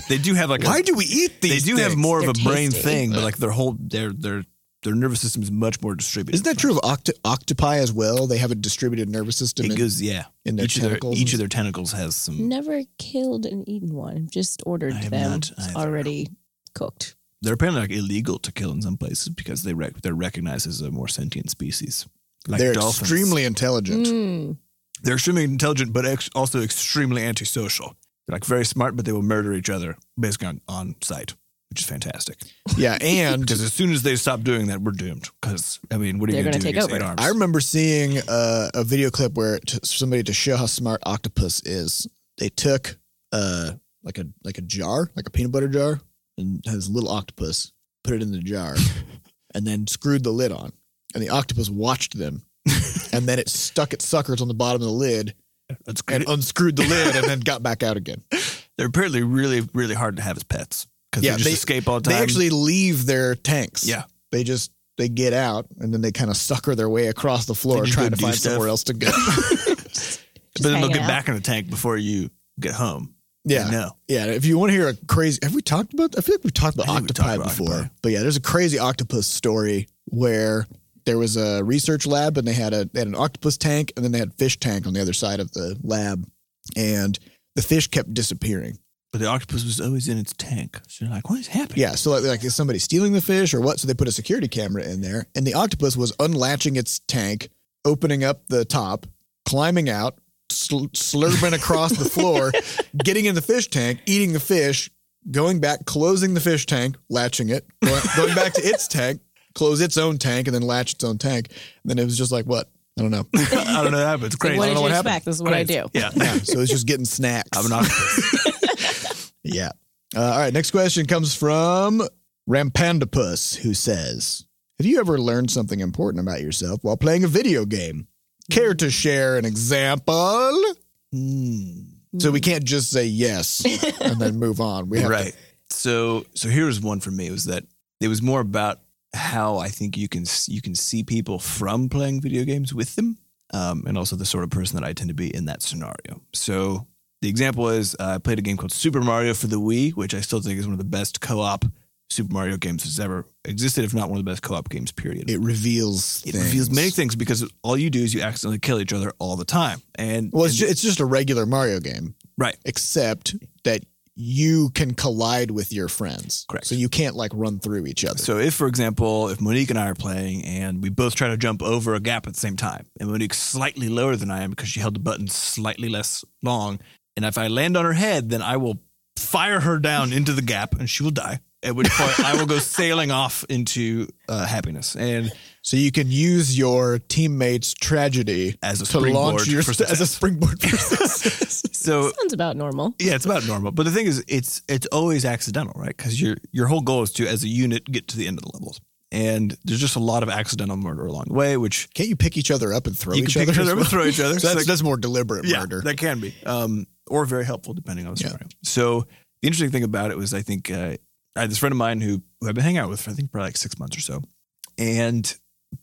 They do have like. a, Why do we eat they these? do have things? more They're of a brain tasty. thing, but like their whole their their their nervous system is much more distributed. Isn't that true of octi- octopi as well? They have a distributed nervous system. It and- goes yeah. in their each of their tentacles each and- of their tentacles has some. Never killed and eaten one, just ordered I have them not either. already cooked. They're apparently like illegal to kill in some places because they rec- they're recognized as a more sentient species. Like they're dolphins. extremely intelligent. Mm. they're extremely intelligent, but ex- also extremely antisocial. They're like very smart, but they will murder each other basically on, on sight, which is fantastic. Yeah, and Because as soon as they stop doing that, we're doomed. Because I mean, what are you They're going to gonna do? against take over. eight arms? I remember seeing uh, a video clip where t- somebody to show how smart octopus is. They took uh, like a like a jar, like a peanut butter jar, and had this little octopus, put it in the jar, and then screwed the lid on. And the octopus watched them, and then it stuck its suckers on the bottom of the lid That's and great. unscrewed the lid, and then got back out again. They're apparently really, really hard to have as pets because Yeah, they just they- escape all the They time. actually leave their tanks. yeah, they just they get out and then they kind of sucker their way across the floor They just trying go to do find stuff. somewhere else to go. but then they'll hanging get out. back in the tank before you get home. yeah. no, Yeah. If you want to hear a crazy have we talked about I feel like we've talked about I think we octopi talked about before. octopi. But yeah, there's a crazy octopus story where there was a research lab and they had a they had an octopus tank and then they had fish tank on the other side of the lab and the fish kept disappearing. but the octopus was always in its tank. So you're like, what is happening? Yeah, so like, like is somebody stealing the fish or what? So they put a security camera in there, and the octopus was unlatching its tank, opening up the top, climbing out, sl- slurping across the floor, getting in the fish tank, eating the fish, going back, closing the fish tank, latching it, going, going back to its tank, close its own tank, and then latch its own tank. And then it was just like what I don't know. I don't know what happened. It's crazy. What I did don't you know expect? happened. This is what I Crazy. do. Yeah, Yeah, so it's just getting snacks. I'm an octopus. Yeah. Uh, all right. Next question comes from Rampandapus, who says, "Have you ever learned something important about yourself while playing a video game? Care to share an example?" Hmm. So we can't just say yes and then move on. We have right. So so here's one for me was that it was more about how I think you can s- you can see people from playing video games with them, um, and also the sort of person that I tend to be in that scenario. So the example is uh, I played a game called Super Mario for the Wii, which I still think is one of the best co-op Super Mario games that's ever existed, if not one of the best co-op games. Period. to. It reveals. It things. reveals many things because all you do is you accidentally kill each other all the time, and Well, it's, and- ju- it's just a regular Mario game, right. except that you can collide with your friends. Correct. So you can't like run through each other. So if, for example, if Monique and I are playing and we both try to jump over a gap at the same time, and Monique's slightly lower than I am because she held the button slightly less long, and if I land on her head, then I will fire her down into the gap and she will die. At which point, I will go sailing off into uh, happiness. And So you can use your teammates' tragedy As a to launch springboard your for as a springboard for success. so, Sounds about normal. yeah, it's about normal. But the thing is, it's it's always accidental, right? Because your your whole goal is to, as a unit, get to the end of the levels. And there's just a lot of accidental murder along the way, which Can't you pick each other up and throw you each can pick each as other up and well? throw each other. So It's that's, like- that's more deliberate murder. That can be, um, or very helpful depending on the Yeah. scenario. So the interesting thing about it was, I think uh, I had this friend of mine who, who I've been hanging out with for I think probably like six months or so, and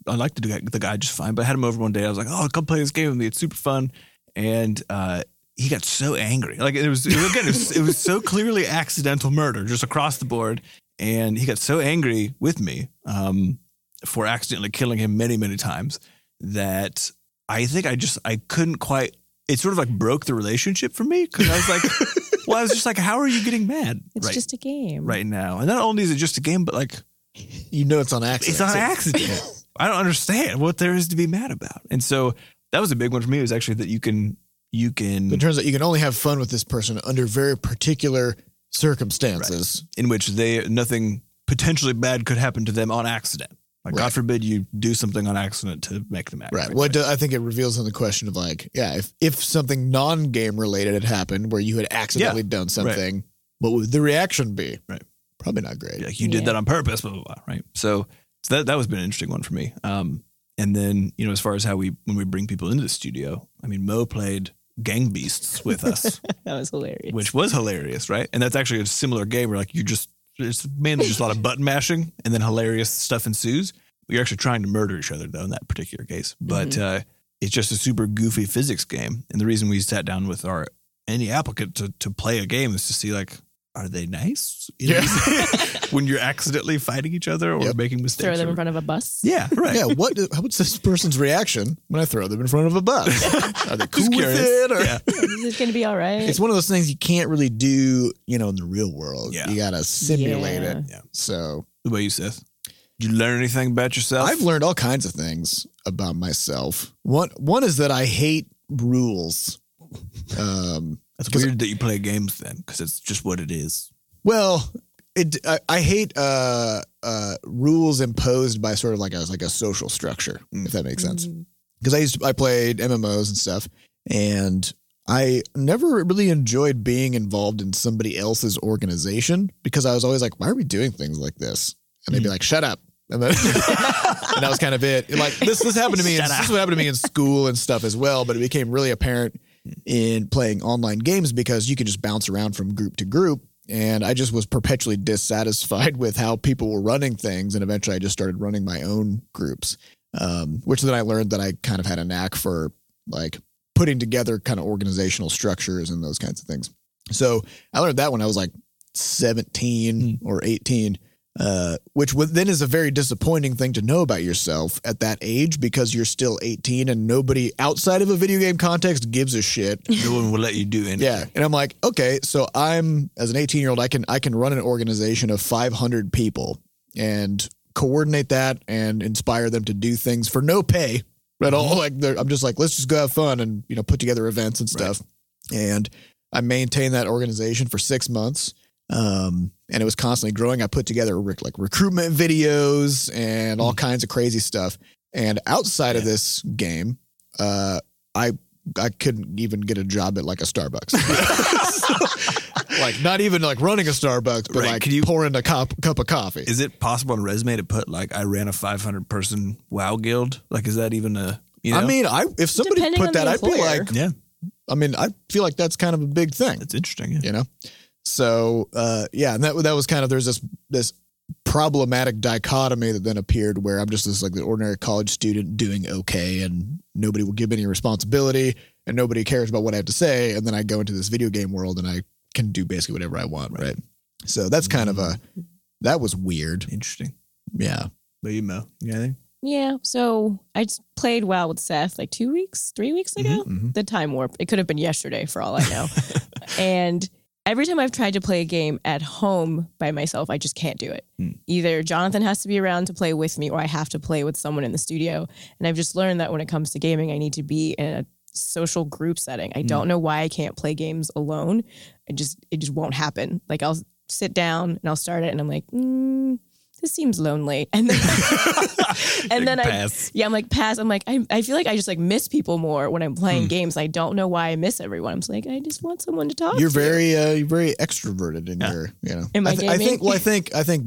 I liked the guy, the guy just fine. But I had him over one day. I was like, "Oh, come play this game with me. It's super fun." And uh, he got so angry. Like it was again, it was, it was so clearly accidental murder, just across the board. And he got so angry with me um, for accidentally killing him many, many times that I think I just I couldn't quite. It sort of like broke the relationship for me because I was like, well, I was just like, how are you getting mad It's right just a game. right now? And not only is it just a game, but like You know it's on accident. it's on accident. I don't understand what there is to be mad about. And so that was a big one for me. Was actually that you can you can It turns out you can only have fun with this person under very particular circumstances. in which they nothing potentially bad could happen to them on accident. Like Right. God forbid you do something on accident to make them angry. Right. What do, I think it reveals in the question of like, yeah, if, if something non game related had happened where you had accidentally done something, what would the reaction be? Right. Probably not great. like you did Yeah. that on purpose, blah blah blah. Right. So, so that that was been an interesting one for me. Um, and then you know as far as how we when we bring people into the studio, I mean Mo played Gang Beasts with us, That was hilarious. which was hilarious, right? And that's actually a similar game where like you just it's mainly just a lot of button mashing, and then hilarious stuff ensues. You're actually trying to murder each other though in that particular case, but uh, it's just a super goofy physics game. And the reason we sat down with our any applicant to to play a game is to see like. Are they nice? You know, when you're accidentally fighting each other or Yep. making mistakes. Throw them or- in front of a bus. Yeah, right. Yeah. What, what's this person's reaction when I throw them in front of a bus? Are they cool Just with curious. it? Or? Yeah. Is it going to be all right? It's one of those things you can't really do, you know, in the real world. Yeah. You got to simulate Yeah. it. Yeah. So The way you Seth. Did you learn anything about yourself? I've learned all kinds of things about myself. One one is that I hate rules. Um, That's 'cause- weird that you play games then, because it's just what it is. well, it I, I hate uh, uh, rules imposed by sort of like a like a social structure, Mm. if that makes sense. Mm. Because I used to, I played MMOs and stuff, and I never really enjoyed being involved in somebody else's organization because I was always like, why are we doing things like this? And they'd be like, shut up. And, then, and that was kind of it. Like this, this happened to me. In, Shut this up. is what happened to me in school and stuff as well. But it became really apparent in playing online games because you could just bounce around from group to group. And I just was perpetually dissatisfied with how people were running things. And eventually I just started running my own groups, um, which then I learned that I kind of had a knack for like putting together kind of organizational structures and those kinds of things. So I learned that when I was like 17 or 18, uh, which would- then is a very disappointing thing to know about yourself at that age because you're still 18 and nobody outside of a video game context gives a shit. No one will let you do anything. Yeah, and I'm like, okay, so I'm as an 18 year old, I can I can run an organization of 500 people and coordinate that and inspire them to do things for no pay at all. Like they're- I'm just like, let's just go have fun and you know put together events and stuff. And I maintained that organization for six months, um, and it was constantly growing. I put together rec- like recruitment videos and all kinds of crazy stuff. And outside of Yeah. this game, uh, I I couldn't even get a job at like a Starbucks. So, like not even like running a Starbucks, but Right, like could you- pouring a cup cup of coffee. Is it possible on a resume to put like I ran a 500 person WoW guild? Like, is that even a you know? I mean, I if somebody Depending put on that, the I'd be employer. like, yeah, I mean, I feel like that's kind of a big thing. that's interesting. Yeah. you know so uh yeah and that that was kind of there's this this problematic dichotomy that then appeared where i'm just this like the ordinary college student doing okay and nobody will give me any responsibility and nobody cares about what i have to say and then i go into this video game world and i can do basically whatever i want right, so that's kind of a that was weird Interesting. yeah But you know, you got anything? Yeah. So I just played WoW with Seth like two weeks, three weeks ago. Mhm. The time warp. It could have been yesterday for all I know. and every time I've tried to play a game at home by myself, I just can't do it. Hmm. Either Jonathan has to be around to play with me or I have to play with someone in the studio. And I've just learned that when it comes to gaming, I need to be in a social group setting. I don't know why I can't play games alone. I just it just won't happen. Like I'll sit down and I'll start it and I'm like, mm, this seems lonely. And then and then I pass. yeah, I'm like pass. I'm like I, I feel like I just like miss people more when I'm Hmm. playing games. I don't know why I miss everyone. I'm just like I just want someone to talk. you're to. very uh you're very extroverted in Yeah. your you know Am I I, I gaming? think well i think i think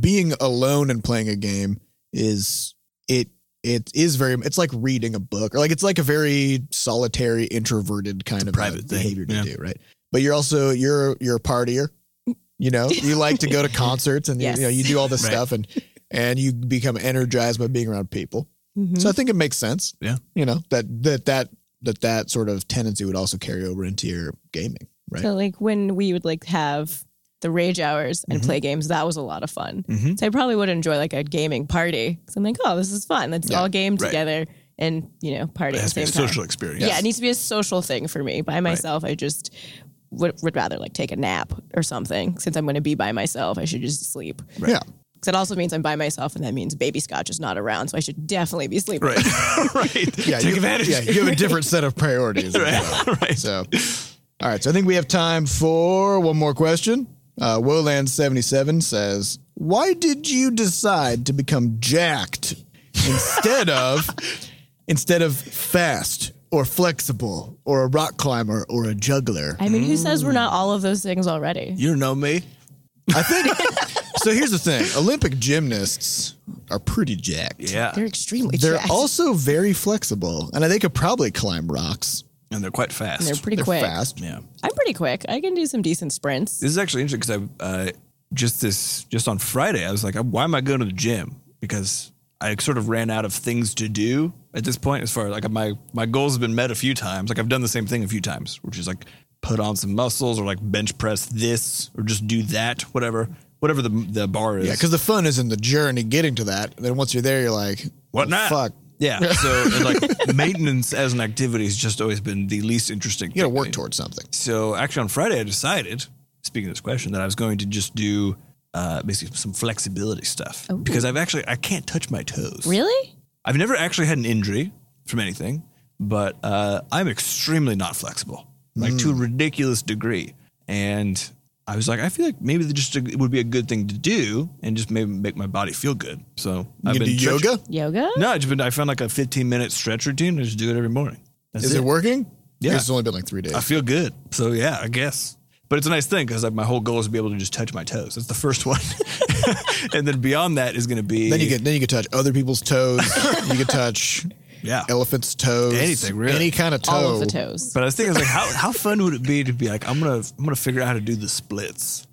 being alone and playing a game is it it is very it's like reading a book or like it's like a very solitary introverted kind of a private thing, behavior to yeah. do right but you're also you're you're a partier you know you like to go to concerts and you- Yes. you, know you do all this Right. stuff and and you become energized by being around people Mhm. so i think it makes sense Yeah. you know that that that that that sort of tendency would also carry over into your gaming, right? So like when we would like have the rage hours Mm-hmm. and play games, that was a lot of fun. Mhm. So I probably would enjoy like a gaming party. So I'm like, oh, this is fun. Let's Yeah, all game right. together and you know party It at the has to be same a time. social experience. Yeah, it needs to be a social thing for me. By myself, I just would, would rather like take a nap or something. Since I'm going to be by myself, I should just sleep. Because Yeah. it also means I'm by myself, and that means baby scotch is not around. So I should definitely be sleeping. Right. right. Yeah, Take you, advantage. Yeah, you have a different set of priorities. as well. right. right. So, all right. So I think we have time for one more question. Uh, Woland77 says, Why did you decide to become jacked instead of instead of fast or flexible or a rock climber or a juggler? I mean, who says we're not all of those things already? You know me. I think. so here's the thing Olympic gymnasts are pretty jacked. Yeah. They're extremely. They're jacked. also very flexible, and they could probably climb rocks. and they're quite fast. And they're pretty They're quick. fast. yeah. I'm pretty quick. I can do some decent sprints. This is actually interesting because I uh, just this just on Friday I was like, why am I going to the gym? Because I sort of ran out of things to do at this point. As far as like my my goals have been met a few times. Like I've done the same thing a few times, which is like put on some muscles or like bench press this or just do that, whatever, whatever the the bar is. Yeah, because the fun is in the journey getting to that. And then once you're there, you're like, what "Oh, not? Fuck. Yeah. So and, like maintenance as an activity has just always been the least interesting. You got to thing work me. towards something. So actually, on Friday, I decided, speaking of this question, that I was going to just do uh, basically some flexibility stuff because I've actually I can't touch my toes. Really? I've never actually had an injury from anything, but uh, I'm extremely not flexible, like to a Mm. ridiculous degree. And I was like, I feel like maybe the- just it would be a good thing to do, and just maybe make my body feel good. So You I've can do been stretch- yoga. Yoga? No, I've just been, I found like a 15 minute stretch routine. and I just do it every morning. That's Is it working? Yeah. It's only been like three days. I feel good. So yeah, I guess. But it's a nice thing because like my whole goal is to be able to just touch my toes. That's the first one, and then beyond that is going to be then you can then you can touch other people's toes. you can touch yeah. elephants' toes. Anything, really. Any kind of toe. All of the toes. But I was thinking, I was like, how how fun would it be to be like, I'm gonna I'm gonna figure out how to do the splits.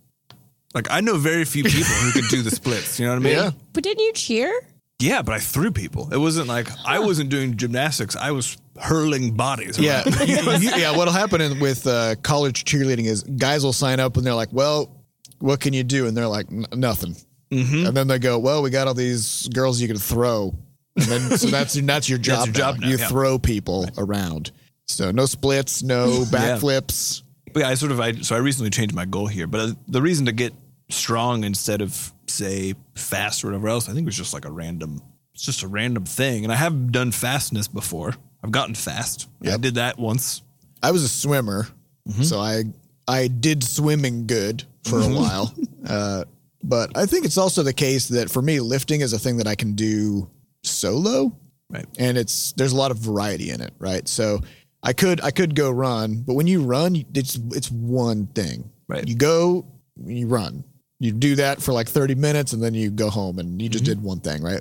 Like I know very few people who can do the splits. You know what I mean? Yeah. But didn't you cheer? Yeah, but I threw people. It wasn't like I wasn't doing gymnastics. I was hurling bodies. around. Yeah. You- you- yeah. What'll happen in, with uh, college cheerleading is guys will sign up and they're like, well, what can you do? And they're like, "N- nothing. Mm-hmm. And then they go, well, we got all these girls you can throw. And then, so that's, that's your job. That's your job now, you yeah. throw people around. So no splits, no backflips. But yeah, I sort of I so I recently changed my goal here, but uh, the reason to get strong instead of say fast or whatever else, I think was just like a random, it's just a random thing. And I have done fastness before. I've gotten fast. I Yep. did that once. I was a swimmer, Mm-hmm. so I I did swimming good for a while. Uh, but I think it's also the case that for me, lifting is a thing that I can do solo, Right. and it's there's a lot of variety in it, right? So I could I could go run, but when you run, you- it's it's one thing. Right. You go, you run, you do that for like 30 minutes, and then you go home, and you Mm-hmm. just did one thing, right?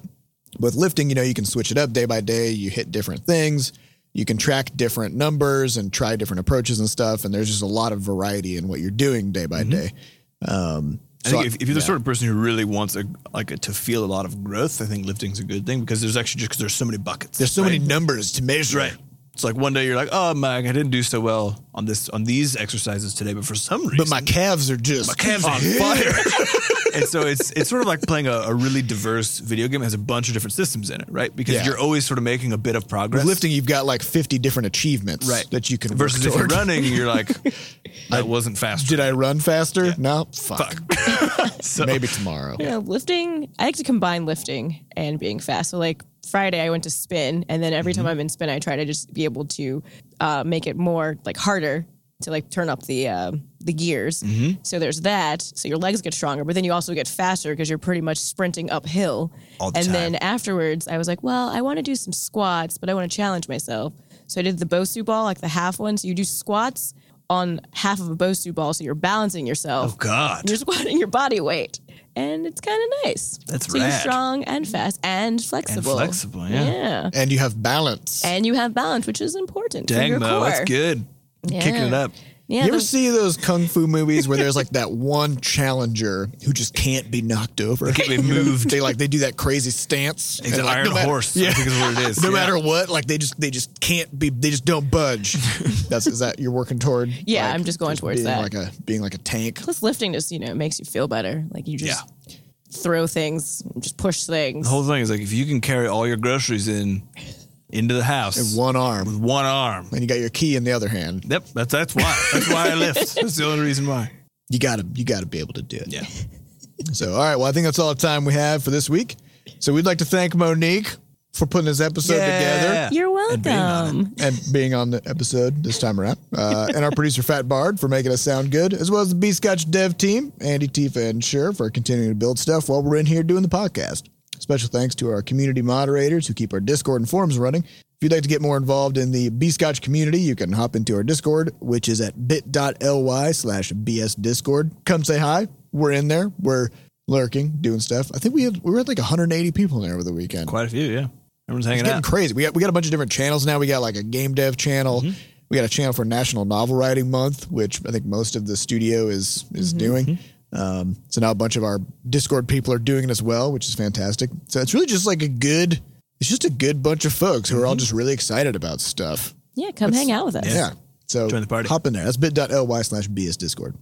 With lifting, you know, you can switch it up day by day. You hit different things. You can track different numbers and try different approaches and stuff. And there's just a lot of variety in what you're doing day by day. Um, Mm-hmm. I so think if, if you're the sort of person who really wants a, like a, to feel a lot of growth, I think lifting's a good thing because there's actually just because there's so many buckets. there's so right? many numbers to measure. Right. It's like one day you're like, oh my, I didn't do so well on this on these exercises today, but for some reason, But my calves are just my calves on fire. and so it's it's sort of like playing a, a really diverse video game. It has a bunch of different systems in it, right? Because Yeah. you're always sort of making a bit of progress. With lifting, you've got like 50 different achievements Right. that you can versus work if you're toward. running, you're like, that wasn't fast. Did I run faster? No, fuck. So- Maybe tomorrow. You know, lifting, I like to combine lifting and being fast. So, like Friday, I went to spin, and then every time Mm-hmm. I'm in spin, I try to just be able to uh, make it more like harder to like turn up the uh, the gears. Mm-hmm. So there's that. So your legs get stronger, but then you also get faster because you're pretty much sprinting uphill. All the and time. then afterwards, I was like, well, I want to do some squats, but I want to challenge myself. So I did the Bosu ball, like the half one. So you do squats on half of a Bosu ball, so you're balancing yourself Oh God. you're squatting your body weight, and it's kind of nice. That's so you're rad. strong and fast and flexible. flexible, yeah. And you have balance. And you have balance, which is important for Dang your Mo, core. that's good. Kicking Yeah. it up. Yeah, you ever the- see those kung fu movies where there's like that one challenger who just can't be knocked over? They can't be moved. they like they do that crazy stance. He's and, an like, iron no matter- horse. I Yeah. think is what it is. No Yeah. matter what, like they just they just can't be. They just don't budge. That's is that you're working toward? Yeah, Like, I'm just going towards being that. like a being like a tank. Plus, lifting just you know makes you feel better. Like you just throw things, just push things. The whole thing is like if you can carry all your groceries in into the house in one arm, with one arm. and you got your key in the other hand. Yep, that's that's why. That's why I lift. That's the only reason why. You gotta you gotta be able to do it. So, all right. Well, I think that's all the time we have for this week. So, we'd like to thank Monique for putting this episode Yeah. together You're And being on it. welcome. and being on the episode this time around, uh, and our producer Fat Bard for making us sound good, as well as the B Scotch Dev team, Andy Tifa and Sure for continuing to build stuff while we're in here doing the podcast. Special thanks to our community moderators who keep our Discord and forums running. If you'd like to get more involved in the B Scotch community, you can hop into our Discord, which is at bit.ly slash BS Discord. Come say hi. We're in there. We're lurking, doing stuff. I think we had we were at like 180 people in there over the weekend. Quite a few, yeah. Everyone's hanging It's getting out. crazy. We got we got a bunch of different channels now. We got like a game dev channel. Mm-hmm. We got a channel for National Novel Writing Month, which I think most of the studio is is Mm-hmm. doing. Um, so now a bunch of our Discord people are doing it as well, which is fantastic. So it's really just like a good. It's just a good bunch of folks who are Mm-hmm. all just really excited about stuff. Yeah, come hang out with us. Yeah. So Join the party. hop in there. That's bit.ly slash BS Discord.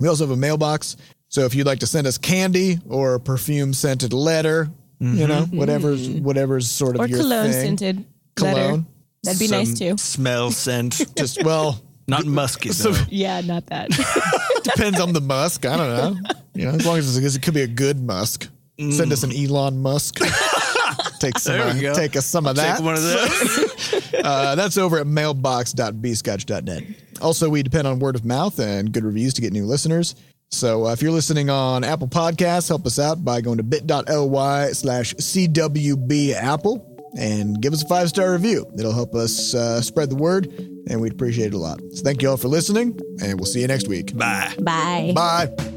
We also have a mailbox. So if you'd like to send us candy or a perfume scented letter, Mm-hmm. you know, whatever's whatever's sort of Or your cologne thing. scented letter. Cologne. That'd be nice Some too. Smell scent. Just well, Not musky though. Yeah, not that. depends on the musk. I don't know. You know, as long as it's, it could be a good musk. Send us an Elon Musk. take some. There we of- go. Take us some of that. Take one of those. Uh, that's over at mailbox.bscotch.net. Also, we depend on word of mouth and good reviews to get new listeners. So uh, if you're listening on Apple Podcasts, help us out by going to bit.ly slash CWB Apple and give us a five star review. It'll help us uh, spread the word, and we'd appreciate it a lot. So thank you all for listening, and we'll see you next week. Bye. Bye. Bye.